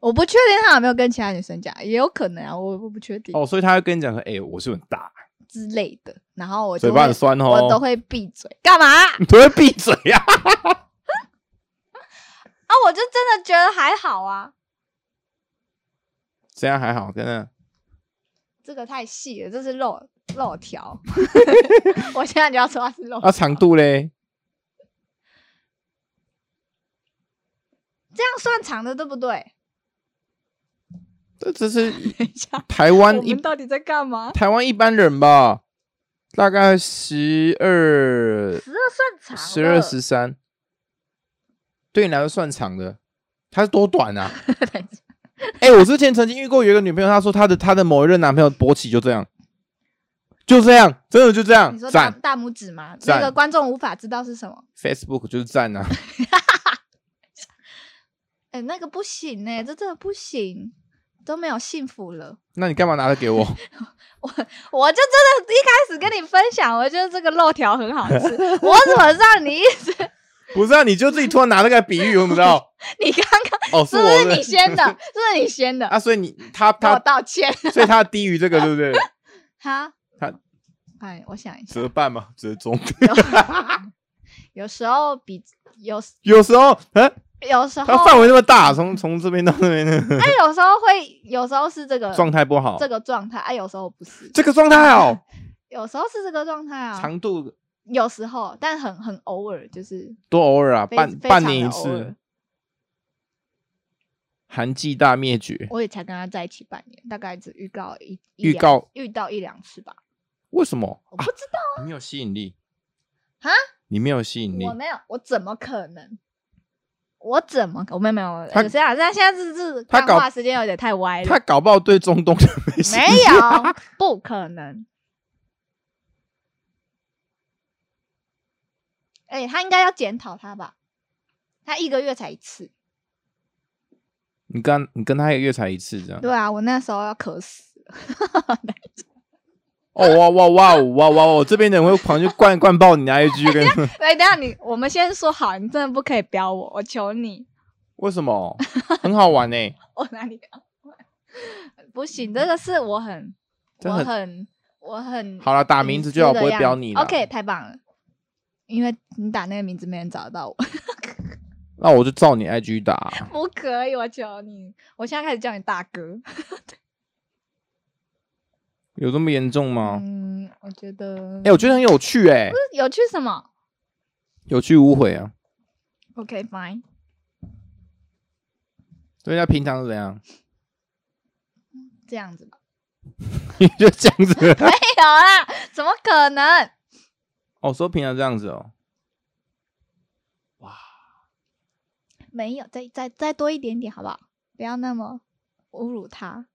我不确定他有没有跟其他女生讲，也有可能啊，我我不确定、
哦，所以他会跟你讲说，哎、我是很大，
之类的。然后我就
嘴巴
会
很酸哦，
我都会闭嘴，干嘛啊？
你都会闭嘴呀、啊，
我就真的觉得还好啊，
这样还好，真的，
这个太细了，这是肉肉条， <laughs> 我现在就要说它是肉
啊，长度嘞，
这样算长的对不对？
这这是
等一下，
<laughs> 台
我
湾一
们到底在干嘛？
台湾一般人吧，大概十二
十二算长，
十二十。三，对你来说算长的，它是多短啊？哎、我之前曾经遇过有一个女朋友，她说她的她的某一任男朋友勃起就这样，就这样，真的就这样
你说大
啊赞
大拇指吗？那
赞
个观众无法知道是什么。
Facebook 就是赞啊，
哎，那个不行哎、这真的不行，都没有幸福了。
那你干嘛拿它给我？
我就真的一开始跟你分享，我觉得这个肉条很好吃，我怎么让你一 <laughs> 直？
不是啊，你就自己突然拿那个比喻，我怎么知道？
你刚刚
哦，
是不
我
是你先
<laughs>
的？是不是你先的？
啊，所以你他
跟我
他，
道歉。
所以他低于这个对不对？
哈，
他，
哎，我想一下，
折半嘛，折中。
有 <laughs> 时候比有
有时候，嗯，
有时候
它范围那么大，从从这边到那边 <laughs> 的
哎，有时候会，有时候是这个
状态不好，
这个状态，哎、有时候不是，
这个状态哦，
有时候是这个状态啊，
长度
有时候，但很很偶尔，就是
多偶尔啊，
非
半
非常
半年一
的偶尔
次。寒季大灭绝，
我也才跟他在一起半年，大概只预告一一
预
两
告
遇到一两次吧，
为什么？
我
啊
不知道，
你没有吸引力
哈？
你没有吸引力
我，没有，我怎么可能？我怎么可？我没有没有，
他
有些啊，但现在是是
他
谈
搞
话时间有点太歪
他
了，
搞不好对中东人没吸引
没
力。
有，不可能。哎、他应该要检讨他吧？他一个月才一次，
你跟你跟他一个月才一次这样。
对啊，我那时候要渴死了。
哦哇哇哇哦哇哇哦！这边的人会跑去灌灌爆你的 IG 跟
哎，等一下你，我们先说好，你真的不可以标我，我求你，
为什么？很好玩呢、欸
<laughs> 我哪里搞错？ <laughs> 不行，这个是我很，
这
我
很
很，我很
好了，打啊名
嗯
字就好，不会标你啦
OK，太棒了，因为你打那个名字没人找得到我， <laughs>
那我就照你 IG 打啊、
不可以，我求你，我现在开始叫你大哥。
有这么严重吗？
嗯，我觉得，
哎、我觉得很有趣、哎，
有趣什么
有去无回啊。
？OK fine，
对，那平常是怎样？ <laughs>
这样子吧。 <laughs>
你就这样子了。
没有啦，怎么可能？
哦，说平常这样子哦。
没有，再再再多一点点好不好？不要那么侮辱他。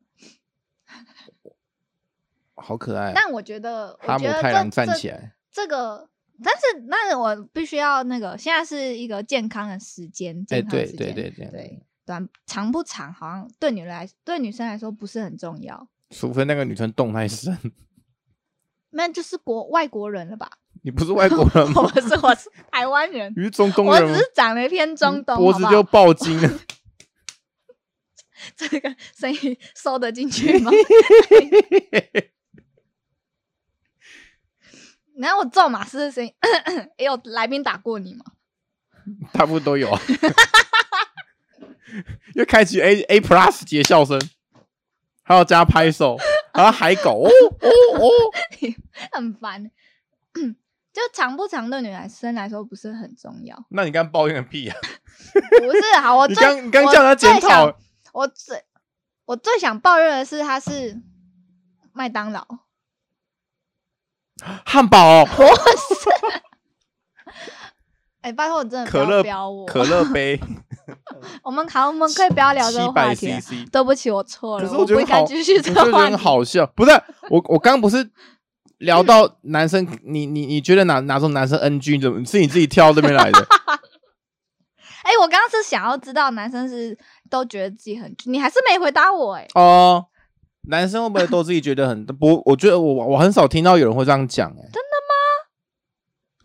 好可爱啊、
但我觉得，我
哈姆
觉得
太郎
这
站
这
起来，
这个，但是那我必须要那个，现在是一个健康的时间，
哎、
健康的
对
时间，
对对对，
对，短长不长，好像对女人来，对女生来说不是很重要。
除非那个女生动太深。 <laughs>
那就是国外国人了吧？ <laughs>
你不是外国人
我
吗？
不是，我是台湾人，
你是中 <laughs> 东
我
人吗嗯
只是长得偏中东，
脖
好
子
不
就
好？ <laughs>
爆筋了。
这个声音收得进去吗？ <laughs> 然后我咒马斯的声音， <coughs> 也有来宾打过你吗？
大部分都有啊。又开启 A A Plus 节笑声，还要加拍手，还要海狗哦哦哦，
很烦， <coughs> 就长不长对女生来说不是很重要。 <laughs>
那你刚抱怨个屁啊！
不是好，我
你
最
刚你刚叫他检讨，
我最想我最我最想抱怨的是，他是麦当劳，
汉堡、
哎、拜托，你真的不
可
要
乐
标我。
可乐杯，
我们好，我们可以不要聊这
七
个话
百
题了。
CC。
对不起，我错了，
可是
我
觉
不
得
应
好，
该
我
继续这
就
个
觉得
话
很
题。
好笑。不是我，我刚不是聊到男生，你你你觉得哪哪种男生 NG？怎么是你自己跳这边来的？
哎、我刚刚是想要知道男生是都觉得自己很，你还是没回答我哎、
哦，男生会不会都自己觉得很 <laughs> 不？我觉得我我很少听到有人会这样讲、欸，真的吗？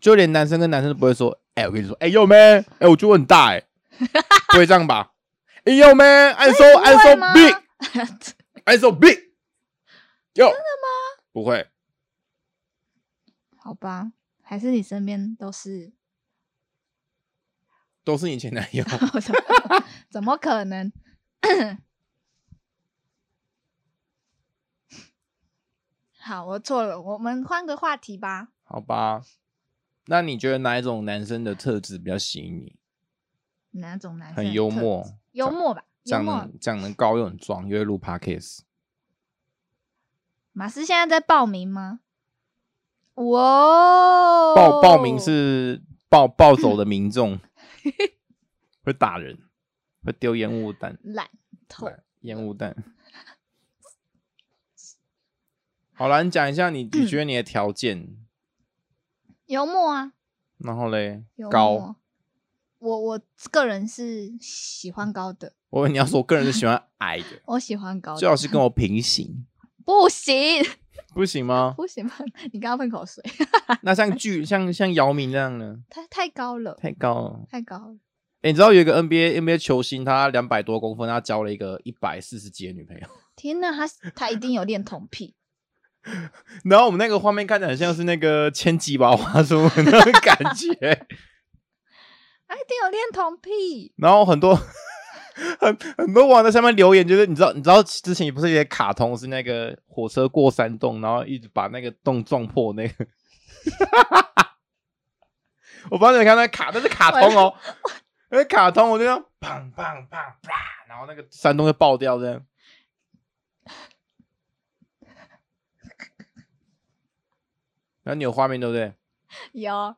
就连男生跟男生都不会说，哎、我跟你说，哎、呦咩，哎、我觉得我很大、欸，
<laughs>
哎，不会这样吧？哎呦咩，按手按
会
手
吗
big，按手 big，真的吗？不会，
<laughs> 好吧，还是你身边都是，
都是你前男友。 <laughs>
<laughs> 怎么可能？ <coughs> 好，我错了，我们换个话题吧。
好吧，那你觉得哪一种男生的特质比较吸引你？
哪种男生
很
的
幽
特
默
质，幽默吧，
这
幽
样
默
能。这样能高又很壮，又会录 podcast。
马斯现在在报名吗？哇哦，
报报名是暴暴走的民众 <laughs> 会打人，会丢烟雾弹，
<laughs> 懒头
对，烟雾弹。好了，你讲一下你你觉得你的条件，
幽默啊，
然后嘞
幽
高，
默。我我个人是喜欢高的，，
我以为你要说我个人是喜欢矮的
我喜欢高
最
的。
好是跟我平行，
不行 <laughs>
不行吗？
不行吧？ <laughs> 你刚刚喷口水，
那像巨像像姚明那样呢？
太太高了，
太高了。
太高了。
哎、你知道有一个 NBA NBA 球星，他两百多公分，他交了一个一百四十几的女朋友。
天呐，他他一定有恋童癖，
<laughs> 然后我们那个画面看起来很像是那个千吉娃娃什么的那种感觉， <laughs>
他一定有恋童癖。
然后很多 <laughs> 很很多网友在下面留言，就是你知道你知道之前不是有些卡通是那个火车过山洞，然后一直把那个洞撞破那个， <laughs> 我不知道你有没有看到那卡，那是卡通哦，那是卡通，我就这样砰砰砰啪，然后那个山洞就爆掉这样。然后你有画面对不对？
有，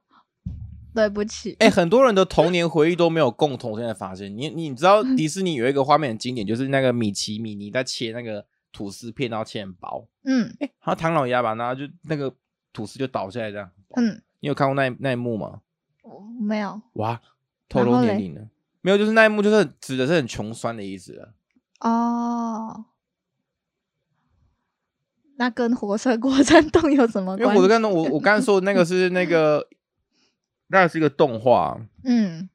对不起，
哎、很多人的童年回忆都没有共同。现在发现，你你知
嗯
道迪士尼有一个画面很经典，就是那个米奇米妮在切那个吐司片，然后切很薄，
嗯
哎、好像唐老鸭吧，然后就那个吐司就倒下来这样。
嗯，
你有看过那一那一幕吗？
我没有
哇，透
然
露
后
年
嘞
龄了。没有，就是那一幕，就是很指的是很穷酸的意思了。
哦，那跟火车过山洞有什么
因为
关
我
系？
刚刚我我刚才说的那个是那个，那是一个动画，
嗯，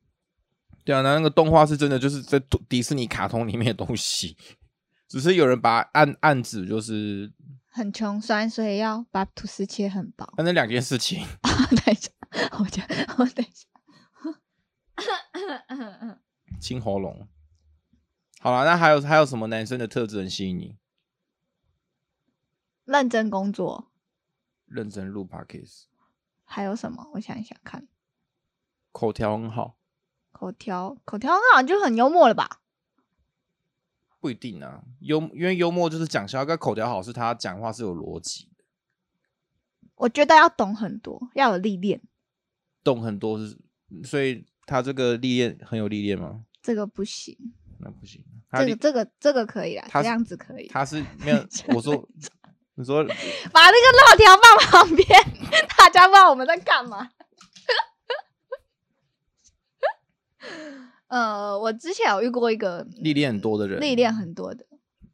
对啊，那那个动画是真的，就是在迪迪士尼卡通里面的东西， <laughs> 只是有人把它暗暗指就是
很穷酸，所以要把吐司切很薄。 <laughs>
那那两件事情，
等一下，我觉得我等一下。
清喉咙。好了，那还有还有什么男生的特质很吸引你？
认真工作，
认真录 podcast，
还有什么？我想一想看，
口条很好，
口条，口条那好像就很幽默了吧？
不一定啊。幽，因为幽默就是讲笑，跟口条好是他讲话是有逻辑的，
我觉得要懂很多，要有历练，
懂很多是，所以他这个历练很有历练吗？
这个不行，
那不行，啊他
这
历
个这个这个可以啊，
他
这
是
样子可以，
他是没有
这，
我
<laughs>
说，你说
把那个辣条放旁边， <laughs> 大家不知道我们在干嘛。呃，我之前有遇过一个
历练很多的人，
历练很多的，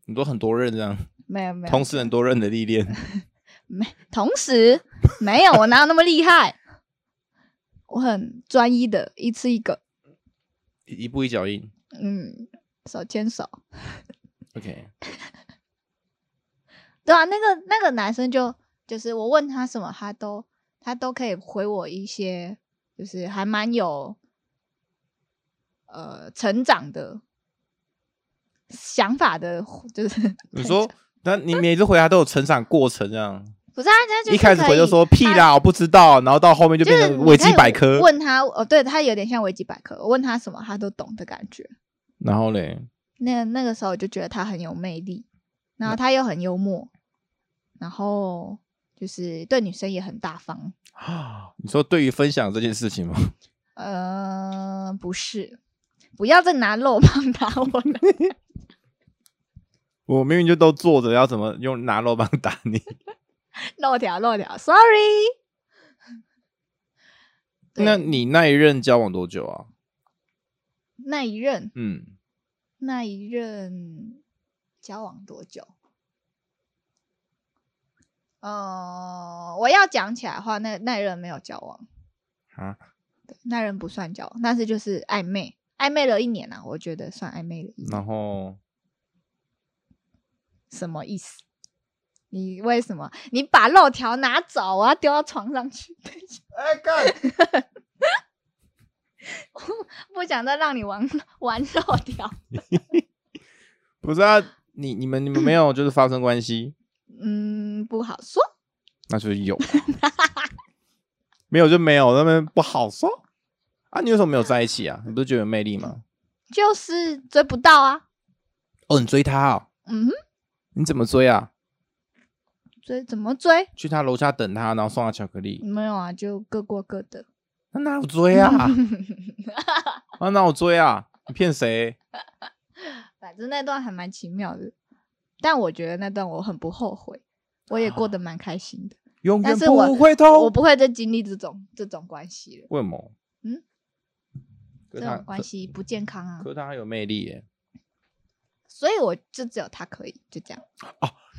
你说很多任这样，
没有没有
同时很多任的历练，
<laughs> 没同时没有，我哪有那么厉害？我很专一的，一次一个，
一步一脚印。
嗯，手牵手。
OK，
对啊，那个那个男生就就是我问他什么，他都他都可以回我一些，就是还蛮有呃成长的想法的，就是 <laughs>
你说，但你每次回答都有成长过程这样。
不是啊？他就是
一开始
可
回就
以
说屁
他
啦，我不呃知道，然后到后面就
就
变
是
成
你
维
可
基
以
百科。
问他，哦，对他有点像维基百科，我问他什么他都懂的感觉。
然后嘞， <gasps>
那那个时候我就觉得他很有魅力，
嗯
然后他又很幽默，然后就是对女生也很大方。
你说对于分享这件事情吗？
呃，不是，不要再拿肉棒 <laughs> 打我了。
<laughs> 我明明就都坐着，要怎么用拿肉棒打你？
肉条，肉条，sorry。对
那你那一任交往多久啊？
那一任，
嗯，
那一任交往多久？呃，我要讲起来的话，那那一任没有交往，
啊，
对那人不算交往，但是就是暧昧，暧昧了一年啊，我觉得算暧昧了一年。
然后
什么意思？你为什么？你把肉条拿走，我要丢到床上去。等一下，
哎干，
不想再让你玩 <laughs> 玩肉条。
<laughs> 不是啊，你你们你们没有就是发生关 <laughs> 系，
嗯，不好说。
那就是有啊，没有就没有，那么不好说啊。你为什么没有在一起啊？你不是觉得有魅力吗？
就是追不到啊。
哦，你追他哦，
嗯哼，
你怎么追啊？
追怎么追？
去他楼下等他，然后送他巧克力。
没有啊，就各过各的。
那哪有追啊？
嗯
啊，哪有追啊？你骗谁？
<laughs> 反正那段还蛮奇妙的，但我觉得那段我很不后悔，我也过得蛮开心的。
永
但
远
是我
不回头。
我不会再经历这种这种关系了，
为什么？
嗯，
可
这
他
种关系不健康啊
可。可他很有魅力耶。
所以我就只有他可以，就这样。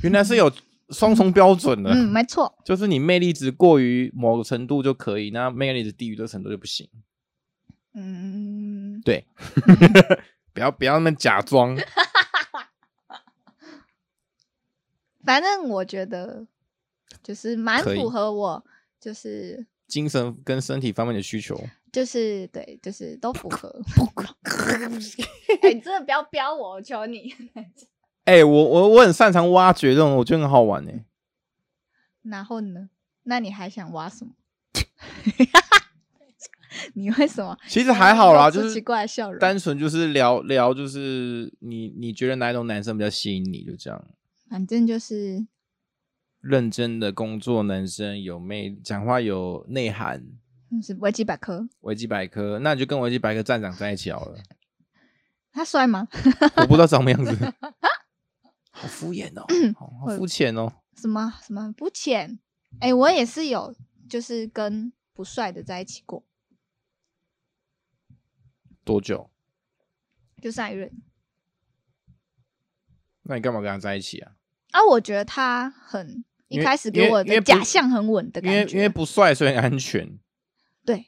原来是有双重标准的，
嗯，没错。
<laughs> 就是你魅力值过于某个程度就可以，那魅力值低于这个程度就不行。
嗯，
对，不要不要那么假
<laughs>
装。
反正我觉得就是蛮
可以
符合我，就是
精神跟身体方面的需求，
就是对，就是都符合。 <laughs> 哎、你真的不要标我，我求你。
<laughs>
<laughs>
哎、我我我很擅长挖掘这种，我觉得很好玩哎。
然后呢？那你还想挖什么？ <laughs> 你为什么？
其实还好啦，
露出
就是
奇怪的笑容
单纯就是聊聊，就是你你觉得哪一种男生比较吸引你，就这样。
反正就是
认真的工作，男生有魅，讲话有内涵。
嗯就是维基百科，
维基百科，那你就跟维基百科站长在一起好了。
他帅吗？
我不知道长什么样
<laughs>
子，好敷衍哦，
嗯
好好肤浅哦。
什么什么不浅？哎、我也是有，就是跟不帅的在一起过，
多久？
就上一任
那你干嘛跟他在一起啊？
啊。我觉得他很
因
一
为
开始
因
给
为
我
因为
的
不
假象很稳的
因为
感觉，
因为不帅，所以很安全。
对，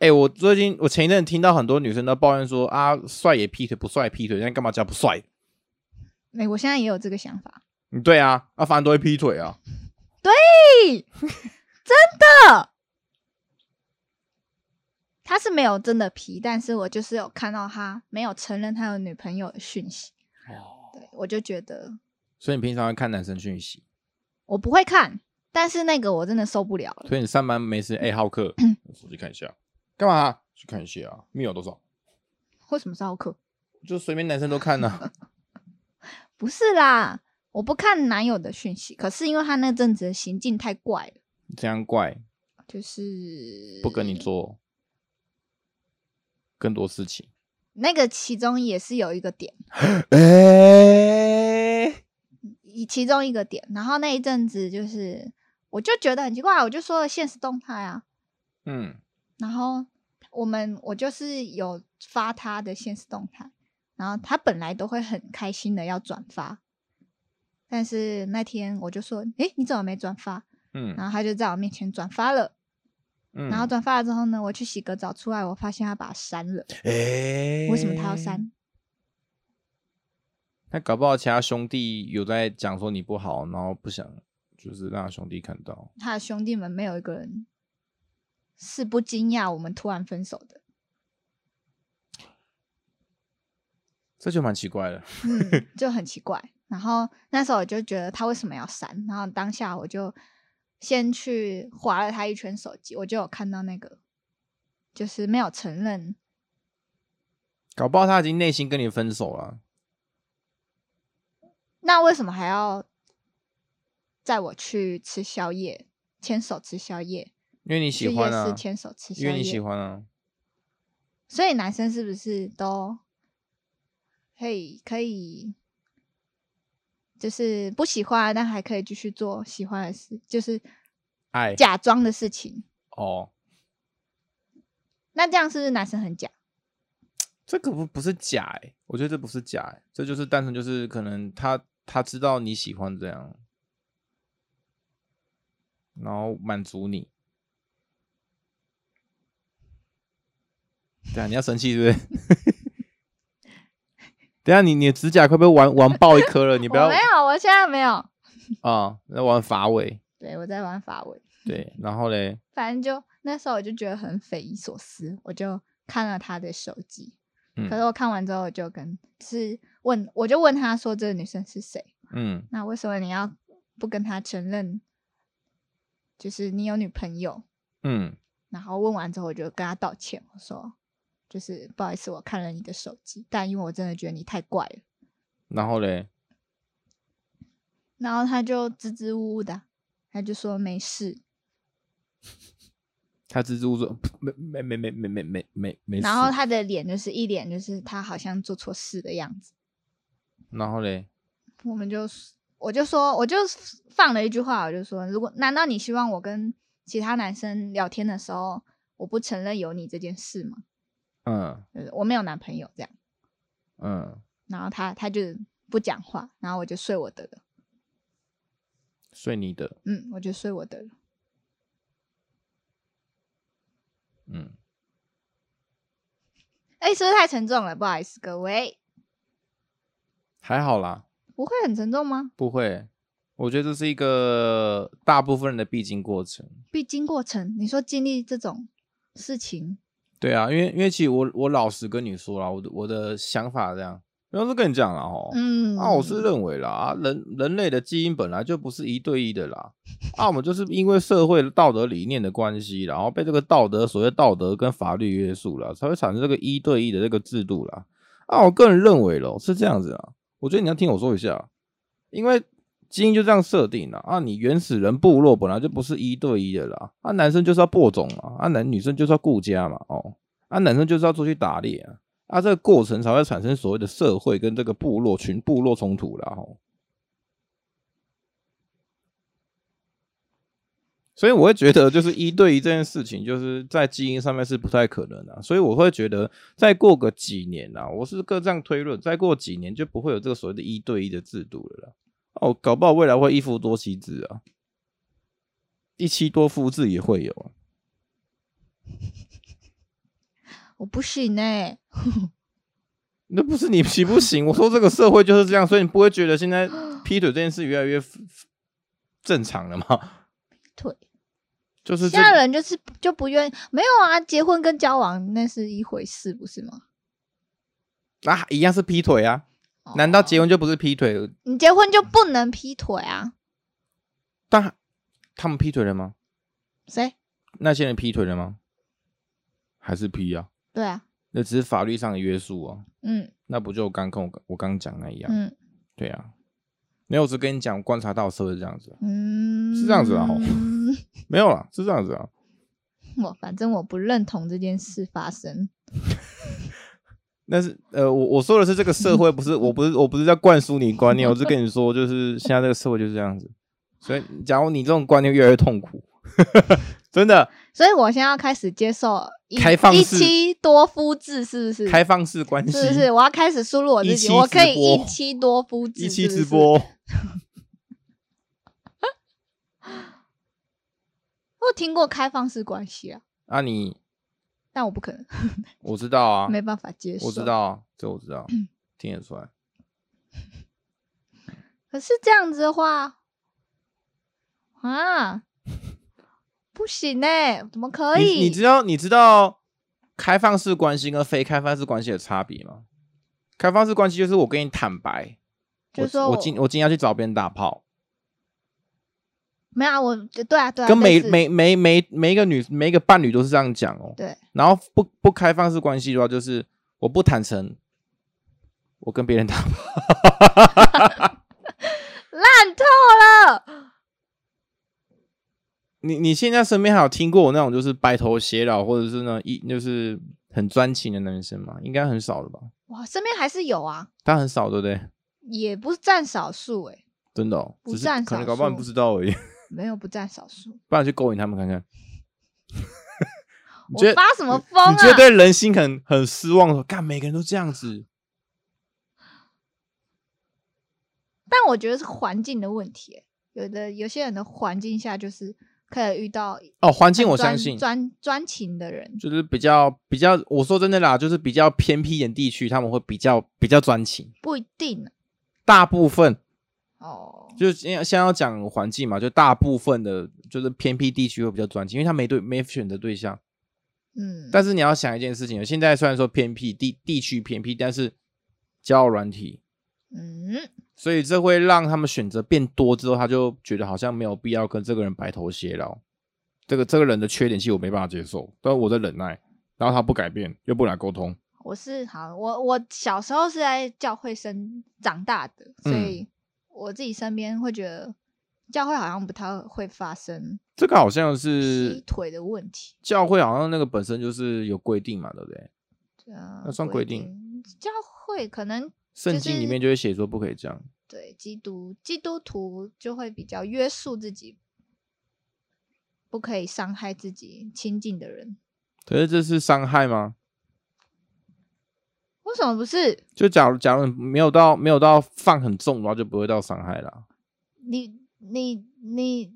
哎、我最近我前一阵听到很多女生都抱怨说啊，帅也劈腿，不帅也劈腿，那干嘛叫不帅？
哎、我现在也有这个想法。
嗯，对啊，啊，反正都会劈腿啊。
<laughs> 他是没有真的皮，但是我就是有看到他没有承认他有女朋友的讯息，
哦，
对我就觉得
所以你平常会看男生讯息，
我不会看，但是那个我真的受不了了。
所以你上班没事，哎、好客，
嗯
手机看一下，干嘛、去看一下啊，密友多少？
为什么是奥克？
就随便男生都看啊呐、
<laughs> 不是啦，我不看男友的讯息，可是因为他那阵子的行径太怪了，
这样怪，
就是
不跟你做更多事情。
那个其中也是有一个点，
哎、
以其中一个点，然后那一阵子就是我就觉得很奇怪，我就说了现实动态啊，
嗯，
然后我们我就是有发他的现实动态，然后他本来都会很开心的要转发，但是那天我就说，诶，你怎么没转发？
嗯
然后他就在我面前转发了，
嗯，
然后转发了之后呢，我去洗个澡出来，我发现他把它删了，
哎、
为什么他要？删？
那搞不好其他兄弟有在讲说你不好，然后不想就是让兄弟看到。
他的兄弟们没有一个人是不惊讶我们突然分手的，
这就蛮奇怪的，
嗯，就很奇怪。然后那时候我就觉得他为什么要删，然后当下我就先去划了他一圈手机，我就有看到那个就是没有承认，
搞不好他已经内心跟你分手了。
那为什么还要载我去吃宵夜，牵手吃宵夜，
因为你喜
去
欢
夜
啊
市，牵手吃宵
因
夜，
为你喜欢啊，
所以男生是不是都可以可以，就是不喜欢，但还可以继续做喜欢的事，就是
爱
假装的事情。
哦，
那这样是不是男生很假？
这个不不是假哎、我觉得这不是假哎、这就是单纯就是可能他他知道你喜欢这样，然后满足你。对啊，你要生气是 <laughs> 不是？等一下你你的指甲快被玩玩爆一颗了，你
我
不要
没有，我现在没有。
啊，那、玩法尾
对我在玩法文，
对，然后嘞，
反正就那时候我就觉得很匪夷所思，我就看了他的手机。
嗯
可是我看完之后，我就跟是问，我就问他说：“这个女生是谁？”
嗯
那为什么你要不跟他承认，就是你有女朋友？
嗯
然后问完之后，我就跟他道歉，我说就是不好意思，我看了你的手机，但因为我真的觉得你太怪了。
然后嘞，
然后他就支支吾吾的，啊他就说没事。
他支支吾吾没没没没没没没没事，
然后他的脸就是一脸就是他好像做错事的样子。
然后嘞，
我们就我就说我就放了一句话，我就说如果难道你希望我跟其他男生聊天的时候，我不承认有你这件事吗？
嗯
就是我没有男朋友这样。
嗯。
然后他他就不讲话，然后我就睡我的了，
睡你的，
嗯，我就睡我的了。
嗯，
哎，是不是太沉重了？不好意思，各位，
还好啦，
不会很沉重吗？
不会。我觉得这是一个大部分人的必经过程。
必经过程，你说经历这种事情，
对啊，因为因为其实我我老实跟你说啦，我的我的想法这样，没有是跟你讲了哦。
嗯，
啊，我是认为啦，啊人人类的基因本来就不是一对一的啦，啊，我们就是因为社会的道德理念的关系，然后被这个道德所谓道德跟法律约束了，才会产生这个一对一的这个制度啦。啊，我个人认为咯，是这样子啊，我觉得你要听我说一下，因为基因就这样设定了啊，你原始人部落本来就不是一对一的啦，啊，男生就是要播种嘛，啊，男女生就是要顾家嘛，哦，啊，男生就是要出去打猎啊，啊，这个过程才会产生所谓的社会跟这个部落群部落冲突啦，吼。所以我会觉得，就是一对一这件事情，就是在基因上面是不太可能的、啊所以我会觉得，再过个几年啊，我是个这样推论，再过几年就不会有这个所谓的一对一的制度了啦。哦，搞不好未来会一夫多妻制啊，一妻多夫制也会有啊。
我不行哎、
那不是你行不行？我说这个社会就是这样，所以你不会觉得现在劈腿这件事越来越 f- f- 正常了吗？
腿。
就是
现
这
在人就是就不愿意，没有啊，结婚跟交往那是一回事，不是吗？
啊，一样是劈腿啊？难道结
哦
婚就不是劈腿？
你结婚就不能劈腿啊？
但他们劈腿了吗？
谁？
那些人劈腿了吗？还是劈啊？
对啊，
那只是法律上的约束啊，
嗯
那不就我刚跟我我刚讲那一样？
嗯
对啊，没有，我只跟你讲，我观察到社会是这样子啊，
嗯，
是这样子啊哦
嗯
没有啦，是这样子啊。
我反正我不认同这件事发生。
但是呃，我我说的是这个社会，不是我不是我不是在灌输你观念，我是跟你说，就是现在这个社会就是这样子。所以，假如你这种观念越来越痛苦， <laughs> 真的
所以我现在要开始接受一
开放
一
式
妻多夫制，是不是？
开放式关系，
是不是？我要开始输入我自
一
己，
妻
我可
直
以
播
一妻多夫制，
一期
是不
直
是。
播，
我有听过开放式关系啊，
啊你
但我不可能，
我知道啊，
没办法接受。嗯
我知。道啊，这我知道，听得出来。
可是这样子的话，啊，不行哎、怎么可以？
你你知道你知道开放式关系跟非开放式关系的差别吗？开放式关系就是我跟你坦白，
就是说
我
我
今我今天要去找别人打炮，
没有啊？我对啊对啊，
跟每
类似
每每每每一个女每一个伴侣都是这样讲哦。
对
然后不不开放式关系的话，就是我不坦诚，我跟别人打炮，
烂透了。
<laughs> 你你现在身边还有听过我那种就是白头偕老，或者是呢一就是很专情的男生吗？应该很少了吧？
哇，身边还是有啊，
他很少，对不对？
也不是占少数哎、
真的、哦，
不
只是
占
可能
少
搞不好你
数
不知道而已。 <laughs>
没有不占少数。
不然去勾引他们
<laughs>
看看。你
我
觉得
发什么疯啊？
你觉得对人心很很失望说，干每个人都这样子，
但我觉得是环境的问题欸、有的有些人的环境下就是可以遇到
哦环境
很
我相
专
信
专专情的人，
就是比较比较，我说真的啦，就是比较偏僻一点地区，他们会比较比较专情。
不一定
大部分
哦。
就是先先要讲环境嘛，就大部分的，就是偏僻地区会比较专情，因为他没对没选择对象。
嗯，
但是你要想一件事情，现在虽然说偏僻地地区偏僻，但是交友软体
嗯，
所以这会让他们选择变多之后，他就觉得好像没有必要跟这个人白头偕老。这个这个人的缺点，其实我没办法接受，但我在忍耐，然后他不改变，又不来沟通，
我是好，我我小时候是在教会生长大的，所
嗯
以我自己身边会觉得教会好像不太会发生
这个好像
劈
是
腿的问题。
教会好像那个本身就是有规定嘛，对不对？
呃
那算
不一
规定
定教会可能
圣经里面就会写说不可以这样。
对基督基督徒就会比较约束自己，不可以伤害自己亲近的人。
可是这是伤害吗？
为什么不是？
就假如假如你没有到没有到放很重的话，就不会到伤害啦。
你你你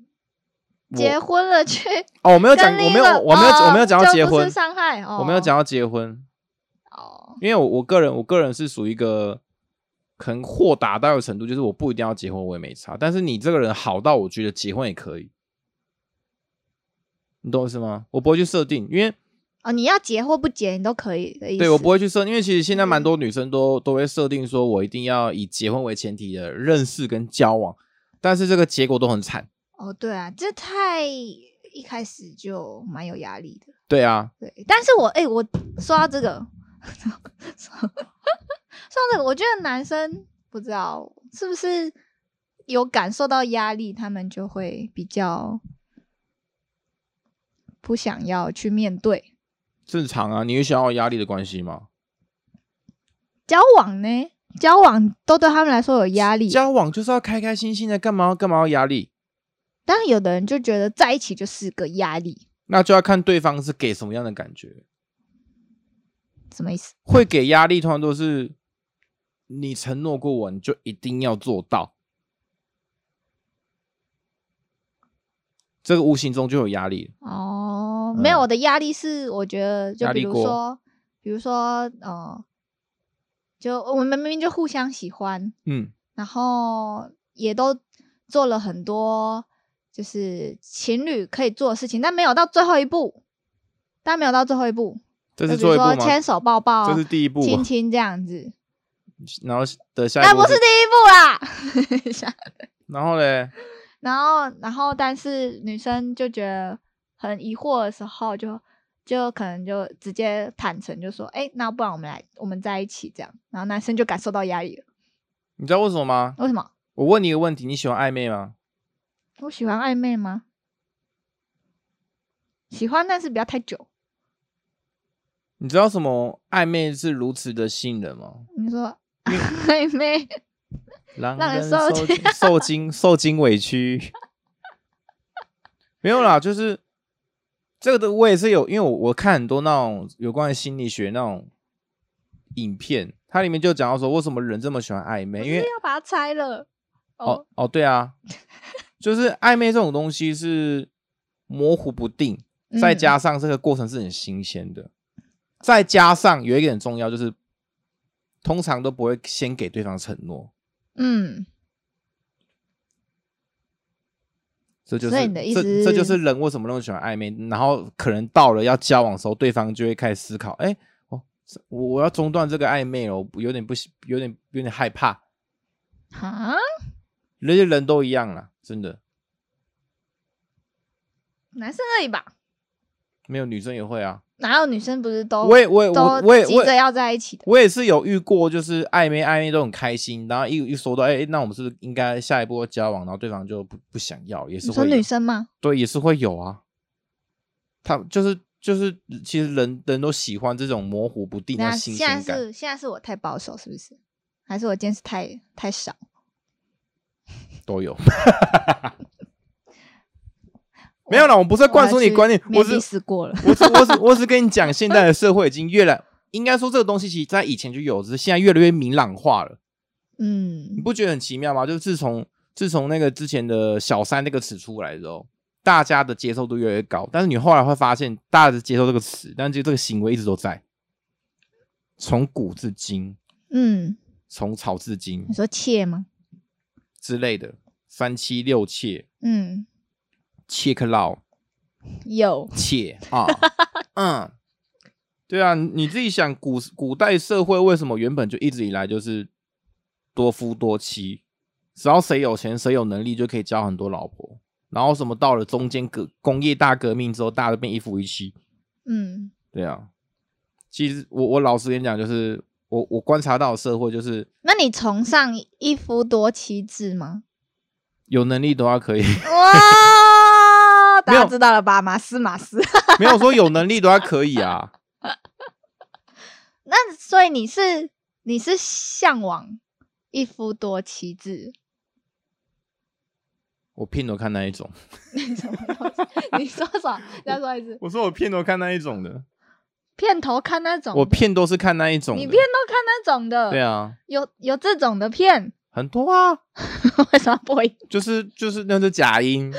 我
结婚了去
哦，我没有讲，
跟
我
另一
没有
个
我没有
哦
我没有讲到
就
结
不
婚
是，伤害哦，
我没有讲到结婚，
<laughs> 哦，
因为我我个人我个人是属于一个可能豁达到的程度，就是我不一定要结婚，我也没差。但是你这个人好到我觉得结婚也可以，你懂我意思吗？我不会去设定，因为
哦，你要结或不结你都可以的意思。
对我不会去设，因为其实现在蛮
嗯
多女生都都会设定说我一定要以结婚为前提的认识跟交往，但是这个结果都很惨。
哦，对啊，这太一开始就蛮有压力的。
对啊，
对，但是我哎、我说到这个， <laughs> 说说到这个，我觉得男生不知道是不是有感受到压力，他们就会比较不想要去面对
正常啊，你会想要有压力的关系吗？
交往呢。交往都对他们来说有压力，
交往就是要开开心心的，干嘛干嘛要压力？
但有的人就觉得在一起就是个压力，
那就要看对方是给什么样的感觉。
什么意思？
会给压力，通常都是你承诺过我，你就一定要做到。这个无形中就有压力，
哦，没有，
嗯
我的压力是我觉得，就
压
比
力
如
锅
说，比如说，呃，就我们明明就互相喜欢，
嗯，
然后也都做了很多就是情侣可以做的事情，但没有到最后一步，但没有到最后一步，
这
就是比如
最后
说
一步吗？
牵手抱抱，
这是第一步
亲
吧，
亲这
<laughs>
样子，
然后的下一
但
步
不是第一步啦。 <laughs>
然后嘞，
然后然后但是女生就觉得很疑惑的时候就，就可能就直接坦诚就说，哎，那不然我们来我们在一起这样，然后男生就感受到压力了。
你知道为什么吗？
为什么？
我问你一个问题，你喜欢暧昧吗？
我喜欢暧昧吗？喜欢，但是不要太久。
你知道什么暧昧是如此的吸引人吗？
你说暧昧，
让
让
人
人受
受尽受尽受尽委屈。 <laughs> 没有啦，就是这个的，我也是有，因为我我看很多那种有关于心理学那种影片，它里面就讲到说，为什么人这么喜欢暧昧？
我
因
是
为
<laughs> 要把它拆了。
哦，哦，对
<laughs>
啊，就是暧昧这种东西是模糊不定，再
嗯
加上这个过程是很新鲜的，再加上有一个很重要，就是通常都不会先给对方承诺，
嗯，
这就是
所以你的意思
这这就是人为什么那么喜欢暧昧，然后可能到了要交往的时候，对方就会开始思考，哎，我我我要中断这个暧昧了，我有点不喜，有点有点害怕，
哈，
那些人都一样啦，真的
男生而已吧，
没有女生也会啊，
哪有女生不是都
我也我也我我也
哦都急
我
着
也
要在一起的？
我也是有遇过，就是暧昧暧昧都很开心，然后一一说到哎、哎那我们是不是应该下一步交往？然后对方就不不想要，也是
你
会
说
有
女生吗？
对，也是会有啊。他就是就是，其实人人都喜欢这种模糊不定的
那
新
现在
鲜感。
是现在是我太保守，是不是？还是我见识太太少？
都
<laughs>
有。没有啦，我不是在灌输你观念，我
我
只
试过了。
我只我只我只跟你讲，现在的社会已经越来，应该说这个东西其实在以前就有，只是现在越来越明朗化了。你
嗯，
不觉得很奇妙吗？就是自从自从那个之前的小三那个词出来之后，大家的接受度越来越高，但是你后来会发现，大家的接受这个词，但是这个行为一直都在，从古至今，
嗯，
从草至今
你说妾吗？
之类的，三妻六妾、
嗯，
切克老、
有，
切啊， <laughs> 嗯，对啊，你自己想古古代社会为什么原本就一直以来就是多夫多妻，只要谁有钱谁有能力就可以交很多老婆，然后什么到了中间革工业大革命之后，大家都变一夫一妻，
嗯
对啊。其实我我老实跟你讲，就是我我观察到的社会就是。
那你崇尚一夫多妻制吗？
有能力的话可以， <laughs>
哇，
没
大家
有
知道了吧？马斯马斯。 <laughs>
没有说有能力的话可以啊。
那所以你是你是向往一夫多妻制？ <laughs>
我骗头看那一种，
你什么东西？ <laughs> 你说什么？再说一次，
我说我骗头看那一种的，
片头看那种的，
我骗都是看那一种的。
你片都看那种的，
对啊，
有有这种的片， <laughs>
很多啊，
为什么不会？
就是就是那是假音，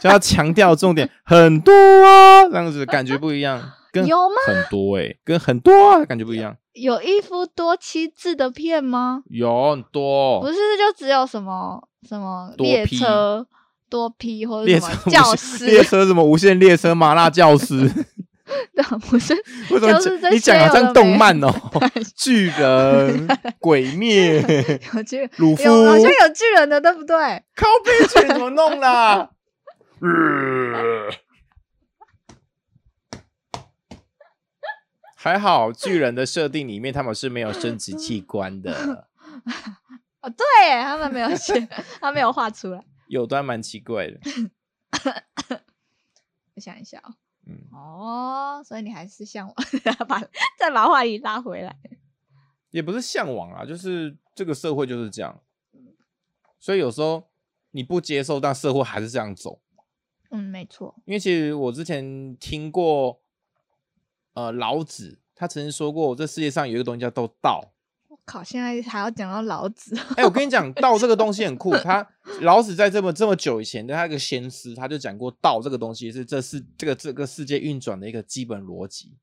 就要强调重点，很多啊，这样子感觉不一样，跟
有吗
<laughs> 很多哎、跟很多啊感觉不一样，
有一夫多妻制的片吗？
有很多
不是，就只有什么什么
哦多
列
批
车多批或者
列
什
车
么
无
教
限 <laughs> 列
师，
车什么无限列车、麻辣教师，
<laughs> 对，不是
为什么
就是这
你讲
些
好
有
像
的
动
没
漫
<laughs>
哦、巨人、鬼
<laughs>
灭、
有巨人，
鲁夫，
有好像有巨人的，对不对？
靠背卷怎么弄啦？呃还好巨人的设定里面他们是没有生殖器官的，
哦，对耶，他们没有写， <laughs> 他没有画出来。
有段蛮奇怪的。
我想一下哦，
嗯，
哦，所以你还是向往把再把话题拉回来。
也不是向往啦，就是这个社会就是这样，所以有时候你不接受，但社会还是这样走。
嗯，没错，
因为其实我之前听过，呃，老子他曾经说过，这世界上有一个东西叫做道，
我靠，现在还要讲到老子，
哎、我跟你讲，道这个东西很酷。他老子在这么这么久以前，他一个先师，他就讲过，道这个东西是这是这个这个世界运转的一个基本逻辑。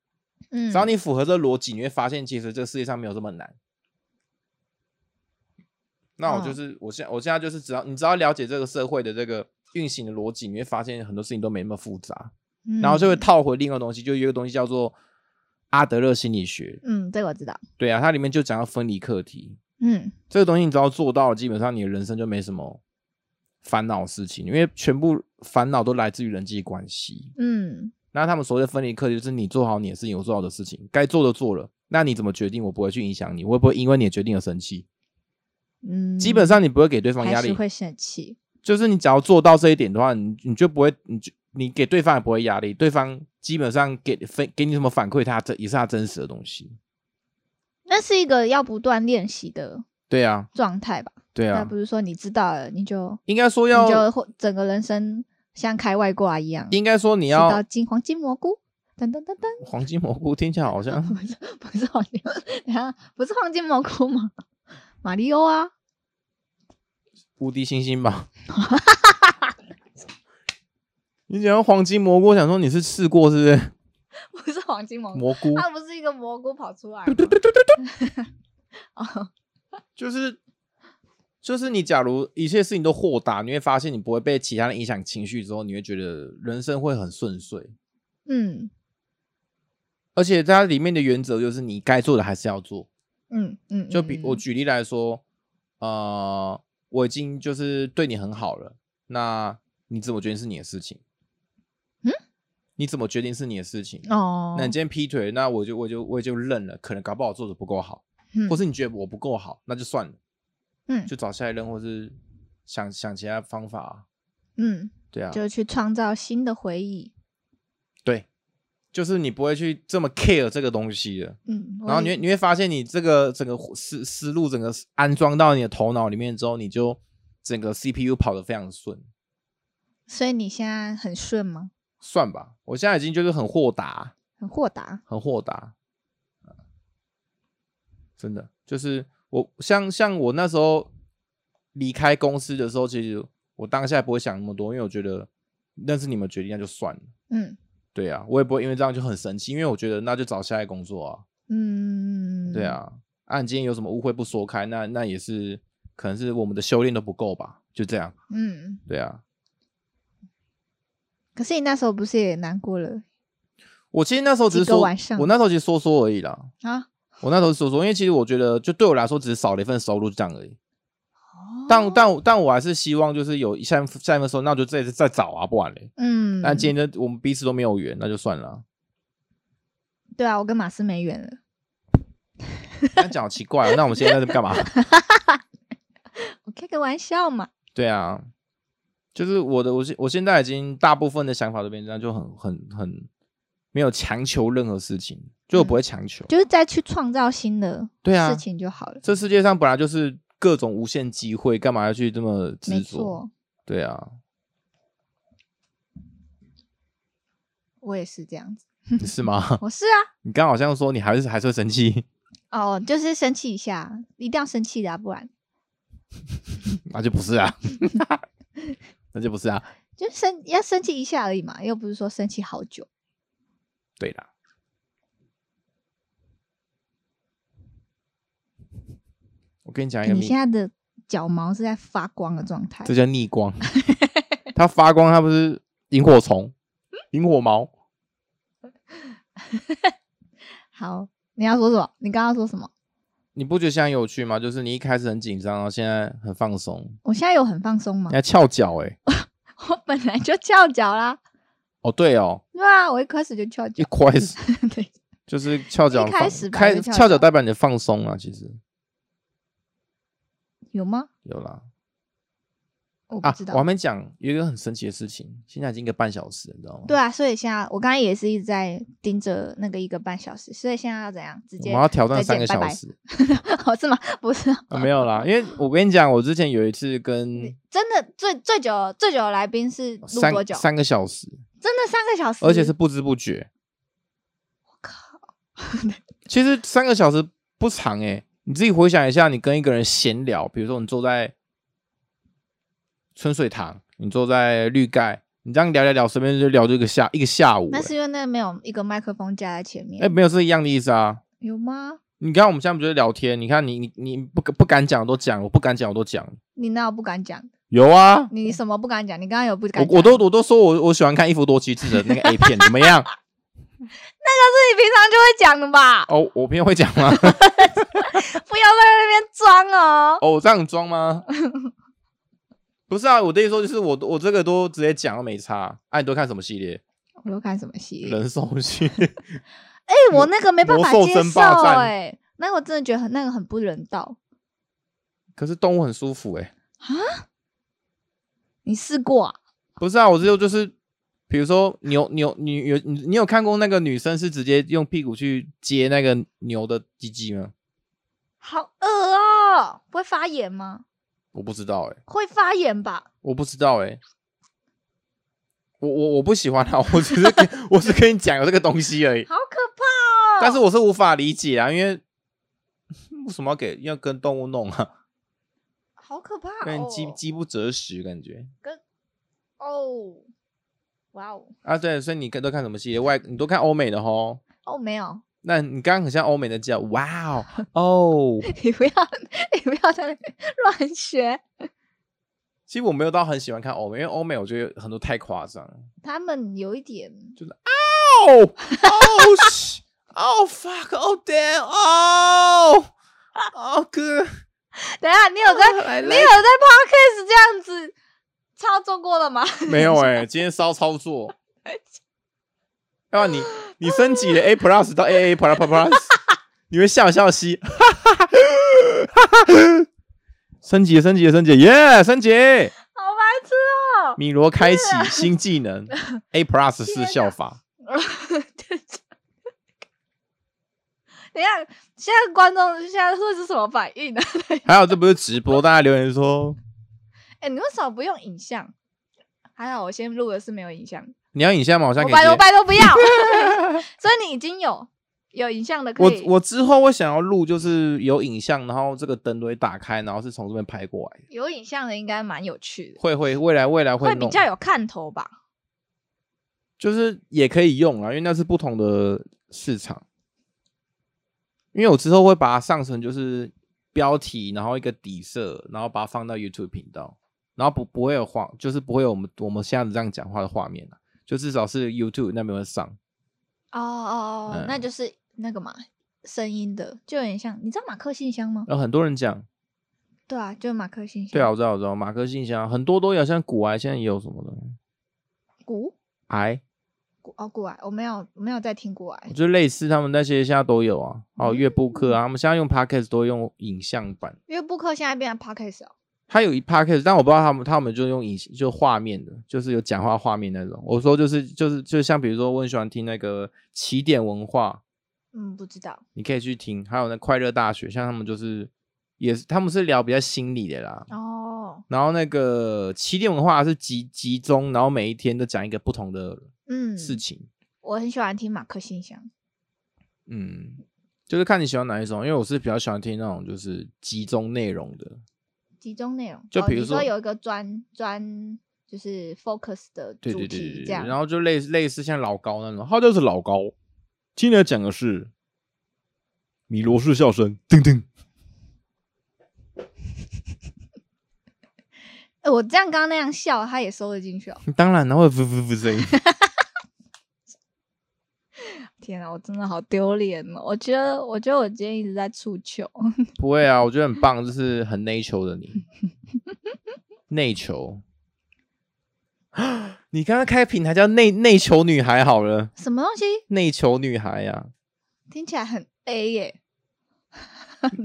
嗯
只要你符合这逻辑，你会发现其实这个世界上没有这么难。那我就
嗯
是，我现在我现在就是，只要你只要了解这个社会的这个运行的逻辑，你会发现很多事情都没那么复杂，然后就会
嗯
套回另外一个东西，就有一个东西叫做阿德勒心理学。
嗯，这个我知道，
对啊，它里面就讲到分离课题，
嗯
这个东西你只要做到了，基本上你的人生就没什么烦恼的事情，因为全部烦恼都来自于人际关系。
嗯
那他们所谓的分离课题，就是你做好你的事情，我做好我的事情，该做的做了。那你怎么决定？我不会去影响你，我也不会因为你的决定而生气。
嗯，
基本上你不会给对方
还
压
是
力，
会生气，
就是你只要做到这一点的话，你你就不会，你就你给对方也不会压力，对方基本上给分给你什么反馈他，这也是他真实的东西。
那是一个要不断练习的
对啊，
状态吧？
对
那
啊，
不是说你知道了你就
应该说
你
要，
就会整个人生像开外挂一样，
应该说你
吃
要
到金黄金蘑菇，噔噔噔噔。
黄金蘑菇，听起来好像
不是不是黄金， <laughs> 等一下不是黄金蘑菇吗？马里奥啊， <laughs>
无敌星星吧？你讲到黄金蘑菇，我想说你是试过是不是？
不是黄金蘑菇，
蘑
<laughs>
菇
它不是一个蘑菇跑出来吗？哦，
就是就是你，假如一切事情都豁达，你会发现你不会被其他人影响情绪之后，你会觉得人生会很顺遂。
嗯
而且它里面的原则就是你该做的还是要做。
嗯嗯，
就比我
嗯
举例来说，呃，我已经就是对你很好了，那你怎么决定是你的事情？
嗯，
你怎么决定是你的事情？
哦，
那你今天劈腿，那我就我就我就认了，可能搞不好我做的不够好，
嗯
或是你觉得我不够好，那就算了，
嗯
就找下一任，或是想想其他方法、啊。
嗯，
对啊，
就去创造新的回忆，
对，就是你不会去这么 care 这个东西的。
嗯，我
然后你
也
会你会发现，你这个整个思思路整个安装到你的头脑里面之后，你就整个 CPU 跑得非常顺，
所以你现在很顺吗？
算吧。我现在已经就是很豁达，
很豁达，
很豁达，真的就是我像像我那时候离开公司的时候，其实我当下不会想那么多，因为我觉得那是你们决定，那就算了。
嗯
对啊，我也不会因为这样就很生气，因为我觉得那就找下一个工作啊。
嗯，
对，啊，啊，你今天有什么误会不说开，那那也是可能是我们的修炼都不够吧，就这样。
嗯，
对啊，
可是你那时候不是也难过了
我其实那时候只是
几个
说，
晚上
我那时候其实说说而已啦。
啊？
我那时候是说说，因为其实我觉得，就对我来说，只是少了一份收入就这样而已。
哦
但但但我还是希望，就是有下一份下一份收入，那我就这次再找啊，不然嘞。
嗯，
那今天的我们彼此都没有缘，那就算了啊。
对啊，我跟马斯没缘了。
那讲好奇怪、哦，那我们现在在干嘛？
我开个玩笑嘛。
对啊，就是我的，我现我现在已经大部分的想法都变成这样，就很很很没有强求任何事情，就我不会强求。
嗯就是再去创造新的
对啊
事情就好了。
这世界上本来就是各种无限机会，干嘛要去这么执
没
着？
错，
对
<laughs>
啊，
我也是这样子。
是吗？ <laughs>
我是啊，
你刚好像说你还是还是会生气， <laughs>
哦，就是生气一下，一定要生气的、啊，不然
那就不是
<laughs>
啊，那就不是啊。
就生要生气一下而已嘛，又不是说生气好久。
对啦，我跟你讲一个
哎你
秘密
现。在的脚毛是在发光的状态
这，叫逆光。 <laughs> 它发光，它不是萤火虫、萤火毛。
好，你要说什么？你刚刚说什么？
你不觉得现在很有趣吗？就是你一开始很紧张，然后现在很放松，
我现在有很放松吗
你？还翘脚哎、
我本来就翘脚啦，
哦，对哦，
对啊，我一开始就翘
一
脚，
开始
<laughs> 对，
就是翘脚
一
放，
开始吧
开
就翘脚
翘脚代表你的放松啊，其实
有吗？
有啦
我不
啊
知，道。
我还没讲有一个很神奇的事情，现在已经一个半小时了，你知道吗？
对，啊，所以现在我刚刚也是一直在盯着那个一个半小时，所以现在要怎样？直
我
接
们要挑战
再
三个
见
小
拜拜
时
哦，是吗？不是，
啊，没有啦，因为我跟你讲，我之前有一次跟
真的最最久最久的来宾是录
哦三
多久？
三个小时，
真的三个小时，
而且是不知不觉，
嗯我靠， <laughs>
其实三个小时不长诶、你自己回想一下，你跟一个人闲聊，比如说你坐在春水堂，你坐在绿盖，你这样聊聊聊，随便就聊这个下一个下午、
那是
欸。
因为那没有一个麦克风架在前面，
哎、没有是一样的意思啊。
有吗？
你看我们现在不就是聊天？你看你你你不不敢讲我都讲，我不敢讲我都讲。
你那我不敢讲，
有啊，
你什么不敢讲？你刚刚有不敢
我
讲？
我都我都说我我喜欢看一夫多妻制的那个 A 片，怎么样？
那你平常就会讲的吧？
哦，我平常会讲吗？
不要在那边装哦。
哦，我这样装吗？不是啊，我的意思说就是我我这个都直接讲都没差。啊，你都看什么系列？
我都看什么系列？
人兽系列， <laughs>
哎、我那个没办
魔
法
兽
接
争
受、
霸战
哎，那个我真的觉得很那个很不人道
可是动物很舒服哎、
啊！你试过啊？
不是啊，我只有就是，比如说牛牛女有你你有看过那个女生是直接用屁股去接那个牛的鸡鸡吗？
好恶哦、不会发炎吗？
我不知道哎、
会发炎吧？
我不知道哎、我我我不喜欢啊，我只是跟我是跟你讲有这个东西而已，
好可怕哦、
但是我是无法理解啊，因为 <laughs> 为什么要给要跟动物弄啊？
好可怕
让人
哦！
饥饥不择食感觉
哦，哇哦，
啊，对，所以你看都看什么系列？外你都看欧美的吼。
哦
<laughs>
没有，
那你刚刚很像欧美的叫哇哦
<laughs>
哦，
你不要，你不要在那边 <laughs> 乱学。
其实我没有到很喜欢看欧美，因为欧美我觉得很多太夸张了。
他们有一点
哦哦 shit，哦 fuck 哦 damn 哦哦哥，
等一下，你有
<laughs>
在、
来
你
来
有在 podcast 这样子操作过了吗？ <laughs>
<laughs> 没有哎、今天骚操作。要不然你你升级了 A plus 到 A A plus plus
<laughs>
plus，你会笑笑嘻，哈哈哈 <laughs> 升级了升级了升级了，耶、升级！
好白痴哦、 <laughs>
米罗开启新技能 A plus 是效法，
对等一下，现在观众现在会是什么反应呢、
还有这不是直播，大家留言说
哎、你为什么不用影像？还好我先录的是没有影像，
你要影像吗？我好像
我
可以
拜
接
托拜托不要。
<laughs>
所以你已经有有影像的可
我
以，
我之后会想要录，就是有影像，然后这个灯都会打开，然后是从这边拍过来的。
有影像的应该蛮有趣的，
会会，未来未来
会比
弄，
较有看头吧。
就是也可以用啊，因为那是不同的市场。因为我之后会把它上成就是标题，然后一个底色，然后把它放到 YouTube 频道，然后不不会有画，就是不会有我们我们现在这样讲话的画面啊，就至少是 YouTube 那边会上。
哦哦哦，那
嗯
就是那个嘛，声音的，就有点像，你知道马克信箱吗？
然后很多人讲，
对啊，就是马克信箱。
对啊，，我知道我知道，马克信箱啊很多都有，像古癌现在也有什么的
古
癌。
古哦古癌，我没有我没有在听古癌
我。觉得类似他们那些现在都有啊，还有乐布克啊，他们现在用 podcast 都用影像版，
因为布克现在变成 podcast 哦，
它有一 podcast，但我不知道他们他们就用影就画面的，就是有讲话画面那种。我说就是就是就像比如说我很喜欢听那个起点文化，
嗯，不知道。
你可以去听，还有那快乐大学，像他们就是也是他们是聊比较心理的啦。
哦，
然后那个起点文化是集集中，然后每一天都讲一个不同的
嗯，
事情，
我很喜欢听马克信箱。
嗯，就是看你喜欢哪一种，因为我是比较喜欢听那种就是集中内容的，
集中内容，
就
哦
比如
你说,、
说
有一个专专就是 focus 的
对
主
对
题
对对对
这样，
然后就类似类似像老高那种，他就是老高。今天讲的是米罗式笑声，噔噔。
诶我这样刚刚那样笑，他也收得进去哦。
当然，然后呜呜呜声音。
天啊，我真的好丢脸哦！我觉得，我觉得我今天一直在触球，
<laughs> 不会啊，我觉得很棒，就是很内求的你，内求。 <gasps> 你刚刚开平台叫内内求女孩好了，
什么东西
内求女孩啊呀、
听起来很 A 耶、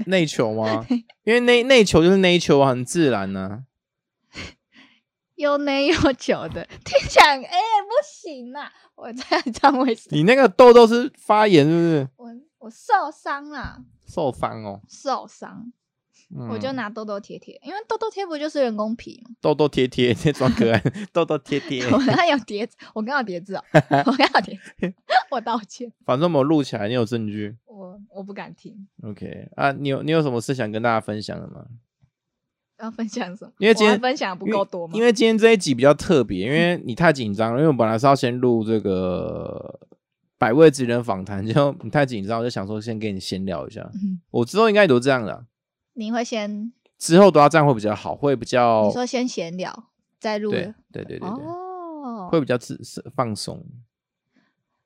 内求吗？因为内内求就是内求啊，很自然呢、
又内又久的，听起来很 A 耶不行啊！我这样这样会死，
你那个痘痘是发炎是不是？
我我受伤啦，
受伤哦，
受伤，
嗯、
我就拿痘痘贴贴，因为痘痘贴不就是人工皮吗？
痘痘贴贴，先装可爱，痘痘贴
<laughs>
贴。
我刚刚有叠字，我刚刚有
<laughs>
叠字哦，我刚刚有叠字， <laughs> 我道歉，
反正我们录起来，你有证据。
我我不敢听。
OK 啊，你有你有什么事想跟大家分享的吗？
要分享什么？
因为今
我还
天
分享得不
因为
够多吗？嗯
因为今天这一集比较特别，因为你太紧张了，因为我本来是要先录这个百位职人访谈， <laughs> 就你太紧张，我就想说先跟你闲聊一下。
嗯
我之后应该都这样的啊，
你会先
之后都要这样会比较好，会比较
你说先闲聊，再
哦
录
对
了
对对对对，
哦，
会比较自是放松。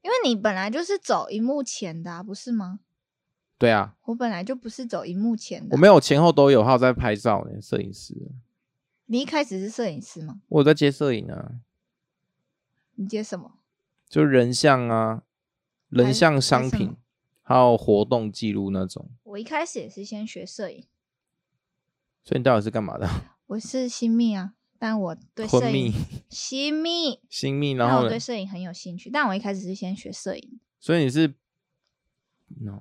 因为你本来就是走荧幕前的、啊，不是吗？
对啊，
我本来就不是走荧幕前的啊、
我没有前后都有，还有在拍照呢，摄影师。
你一开始是摄影师吗？
我有在接摄影啊，
你接什么？
就人像啊，人
还
像
还
商
什
品
么，
还有活动记录那种。
我一开始也是先学摄影，
所以你到底是干嘛的？
我是新密啊，但我
<laughs>
对摄
婚蜜、
影新密，
新密，然
但
后
我
呢
对？摄影很有兴趣，但我一开始是先学摄影，
所以你是，no，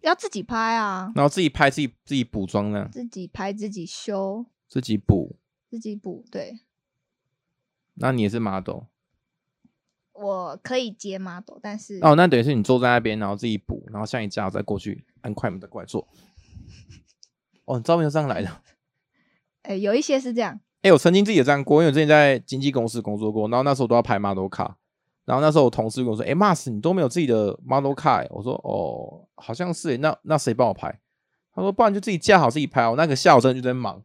要自己拍啊，
然后自己拍自己自己补妆呢，
自己拍自己修
自己补。
自己补，对
那你也是 model
我可以接 model，但是
哦，那等于是你坐在那边，然后自己补，然后像你这样再过去按快门再过来做。哦，你照片就这样来的。
呃，有一些是这样，
哎、我曾经自己也这样过，因为我之前在经纪公司工作过，然后那时候都要拍 model 卡，然后那时候我同事跟我说：“哎、m a s 你都没有自己的 model 卡、欸？”我说：“哦，好像是、欸。”那那谁帮我拍？他说：“不然就自己架好自己拍哦。”我那个下午真的就在
<laughs>
忙，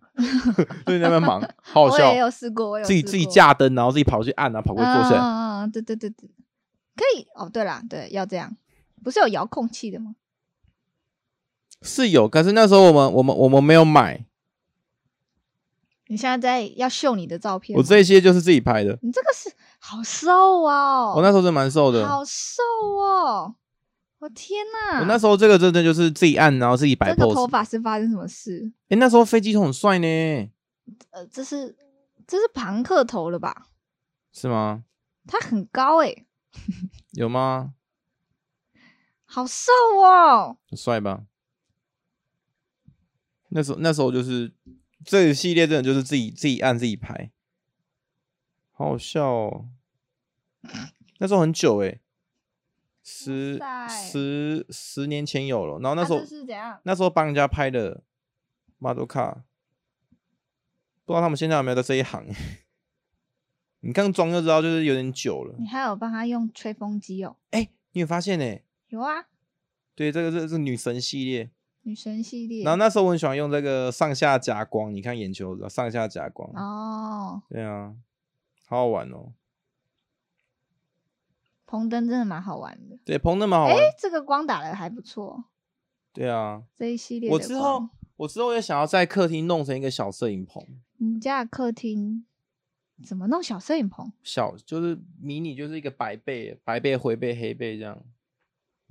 就在那边忙，好好
我
笑
也。有试过，我有
自己
试
自己
过
架灯，然后自己跑去按，然后啊跑过去坐下来。
嗯嗯嗯，对对对对，可以哦。对啦，对，要这样，不是有遥控器的吗？
是有，可是那时候我们我们我们没有买，
你现在在要秀你的照片吗，
我这些就是自己拍的。
你这个是好瘦哦，
我那时候真的蛮瘦的，
好瘦哦，我天哪！
我那时候这个真的就是自己按，然后自己摆
这个头
pose。
发是发生什么事？
哎、那时候飞机头很帅呢，
呃，这是这是庞克头了吧？
是吗？
他很高哎、
有吗？
好瘦哦。
很帅吧？那时候那时候就是这个系列真的就是自己自己按自己拍，好好笑哦。那时候很久哎、十
哇塞
十十年前有了，然后那
啊
时候、
这是怎样？
那时候帮人家拍的 model 卡，不知道他们现在有没有在这一行。欸 <laughs> 你刚装就知道，就是有点久了。
你还有帮他用吹风机哦？
哎、你有发现呢、
有啊，
对，这个是是女神系列。
女神系列。
然后那时候我很喜欢用这个上下夹光，你看眼球的上下夹光，
哦，
对啊，好好玩哦。
红灯真的蛮好玩的。
对，彭灯蛮好
哎、
玩。
这个光打的还不错，
对啊，
这一系列
我
的
之
光
后我之后也想要在客厅弄成一个小摄影棚，
你家的客厅怎么弄小摄影棚？
小就是迷你，就是一个白背、白背、灰背、黑背这样。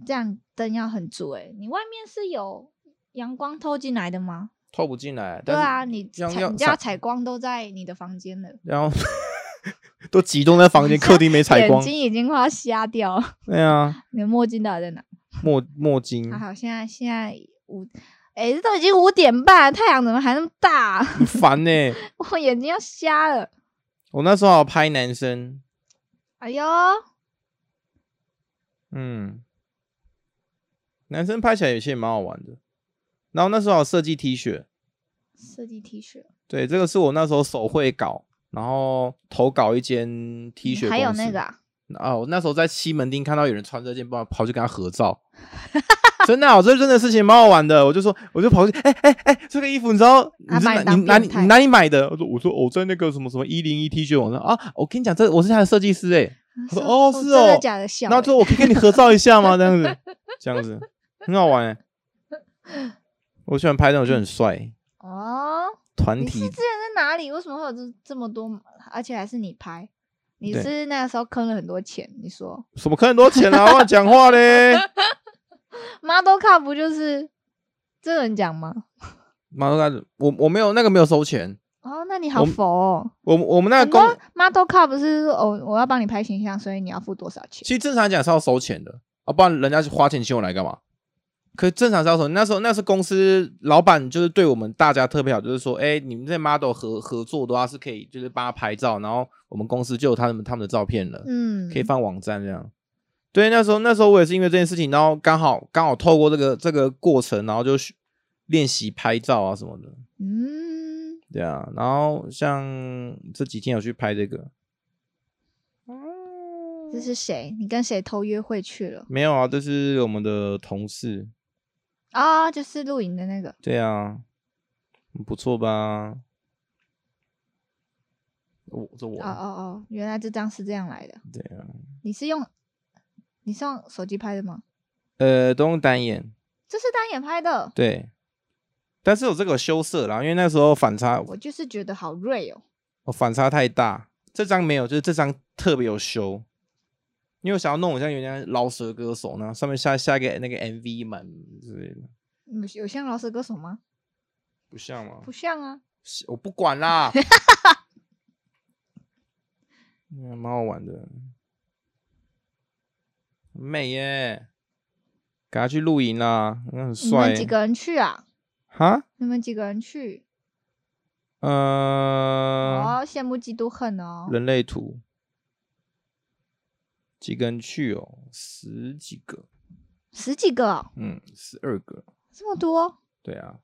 这样灯要很足哎、你外面是有阳光透进来的吗？
透不进来。
对
但是
啊，你
要
采
要
你家
散
采光都在你的房间了，
然后 <laughs> 都集中在
<laughs>
房间，客厅没采
眼
光。
睛已经快要瞎掉了。
对啊，
你的墨镜到底在哪？
墨墨镜
还、好现在现在五，哎、这都已经五点半了，太阳怎么还那么大、啊
很烦呢、
<laughs> 我眼睛要瞎了。
我那时候好拍男生，
哎呦，
嗯，男生拍起来有些也蛮好玩的。然后那时候还有设计 T 恤，
设计 T 恤，
对，这个是我那时候手绘稿，然后投稿一间 T 恤公司。
嗯还有那个、啊，
哦，我那时候在西门町看到有人穿这件，帮我跑去跟他合照。 <laughs> 真的、啊，我这真的事情蛮好玩的。我就说，我就跑去，哎哎哎，这个衣服你知道你
啊
是
把你
哪
当
你哪
变
里
态
你哪里买的？我说我说我在那个什么什么一零一 T 恤网上啊，我跟你讲，这我是他的设计师哎、他说哦是
啊真的
哦
假的笑、
然后
欸
就我可以跟你合照一下吗？这样
<laughs>
子，这样子很好玩哎、我喜欢拍那种就很帅
哦，
团
你是
体
之前在哪里？为什么会有这这么多？而且还是你拍？你
对
是那个时候坑了很多钱？你说
什么可能多钱啦、乱讲话嘞。
model car 不就是这能讲吗？
马上开始，我我没有那个没有收钱，
哦，那你好
我
佛哦！
我我们那
很
个公
多 model car 不是说哦，我要帮你拍形象，所以你要付多少钱？
其实正常来讲是要收钱的啊，不然人家是花钱请我来干嘛？可正常是要收钱，那时候那是公司老板就是对我们大家特别好，就是说，哎、你们这些 model 合合作的话是可以，就是帮他拍照，然后我们公司就有他们他们的照片了，
嗯，
可以放网站这样。对，那时候那时候我也是因为这件事情，然后刚好刚好透过这个这个过程，然后就学练习拍照啊什么的，
嗯，
对啊。然后像这几天有去拍这个，
这是谁？你跟谁偷约会去了？
没有啊，这是我们的同事，
啊、就是露营的那个。
对啊，很不错吧？我这我
哦哦哦，原来这张是这样来的。
对啊，
你是用你是用手机拍的吗？
呃，都用单眼，
这是单眼拍的。
对，但是有这个有羞涩啦，因为那时候反差
我就是觉得好锐哦。
我反差太大，这张没有，就是这张特别有修，因为我想要弄我像原来饶舌歌手那样上面下下一个那个 MV 满之类的，
有有像饶舌歌手吗？
不像吗？
不像啊。
是我不管
<laughs>
啦，嗯，蛮好玩的，很美耶！赶快去露营啦，那很
你
帅
们
耶
几个人去啊？
哈？
你们几个人去？
呃，
哦，羡慕嫉妒恨哦。
人类图几个人去哦？十几个，
十几个、哦，
嗯，十二个，
这么多。
对啊。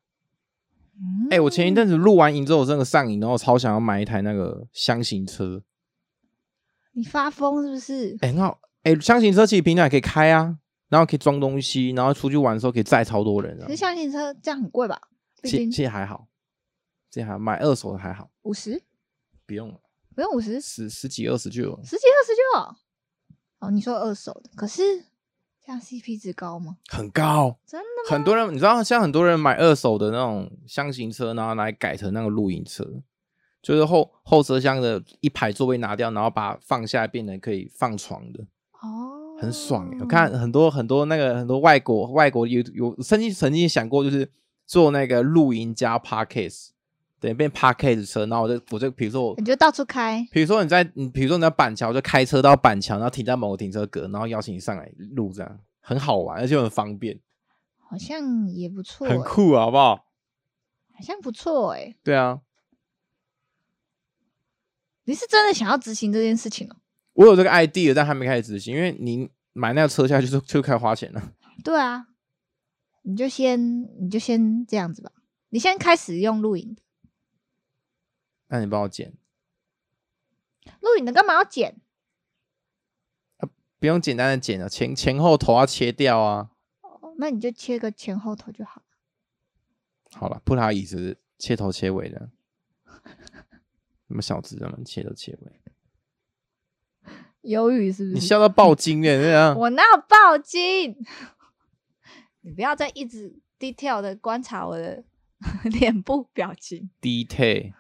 嗯
哎、我前一阵子录完营之后，我真的上瘾，然后我超想要买一台那个箱型车。
你发疯是不是？
哎、很好，哎、箱型车其实平常也可以开啊，然后可以装东西，然后出去玩的时候可以载超多人
可
啊
是。相信车这样很贵吧？毕
其其
竟
实还好，这还买二手的还好，
五十，
不用了，
不用五十，十
十十几二十就有了。
几二十就好。哦，你说二手的，可是这样 CP 值高吗？
很高，
真的
很多人你知道，像很多人买二手的那种箱型车，然后拿来改成那个露营车，就是后后车厢的一排座位拿掉，然后把它放下来变成可以放床的。
哦，
很爽欸我看很多很多那个很多外国外国有有曾经曾经想过，就是做那个露营加 parkcase，等于变 parkcase 车。然后我就我就比如说我
你，就到处开，
比如说你在你比如说你在板桥，我就开车到板桥，然后停在某个停车格，然后邀请你上来录，这样很好玩，而且很方便，
好像也不错、欸，
很酷啊，好不好？
好像不错哎、
对啊，
你是真的想要执行这件事情哦、
我有这个 idea，但还没开始执行，因为你买那个车下去就就开始花钱了。
对啊，你就先你就先这样子吧，你先开始用录影的，
那你帮我剪，
录影的干嘛要剪？
不用简单的剪了，前前后头要切掉啊。
哦那你就切个前后头就好。
好了，不拉椅子切头切尾的，什么小子他们切头切尾，
忧郁是不
你
是？
笑到爆精耶！这样，
嗯我哪有报警？ <laughs> 你不要再一直 detail 的观察我的 <laughs> 脸部表情。
detail。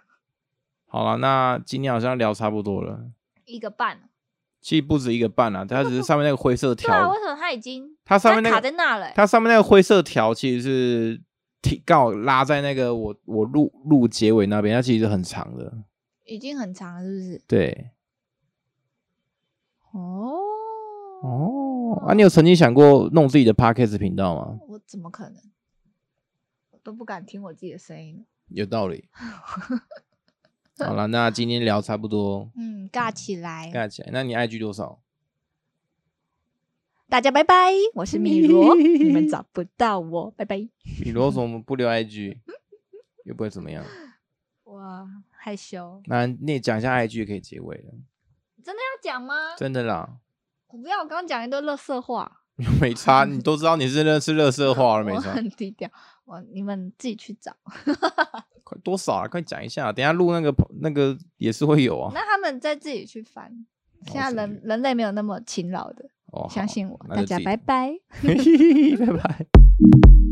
好了，那今天好像聊差不多了，
一个半，哦
其实不止一个半啦，它只是上面那个灰色
<laughs> 对啊，
条
为，什么他已经
它上面那
它卡
个
在那了欸、
它上面那个灰色条其实是提刚好拉在那个我我录录结尾那边，它其实很长的，
已经很长了，是不是？
对。
哦，
哦，啊，你有曾经想过弄自己的 podcast 频道吗？
我怎么可能？我都不敢听我自己的声音了。
有道
<laughs>
理。好了，那今天聊差不多，
嗯，尬起来，
尬起来。那你 IG 多少？
大家拜拜，我是米罗，你
<laughs>
们找不到我，拜拜。
你如果说我们不留
<laughs>
IG，又不会怎么样。
我害羞，
那你也讲一下 IG 可以结尾了，
真的要讲吗？
真的啦，
我不要，我刚刚讲一堆垃圾话。
没差，你都知道你是认是乐色化了，没
我
差。
很低调，我你们自己去找。
快多少啊？快讲一下，等一下录那个那个也是会有啊。
那他们再自己去翻。
哦
现在人人类没有那么勤劳的，
哦，好
相信我，
那
大
就
家
自己
拜拜。
<laughs> 拜拜。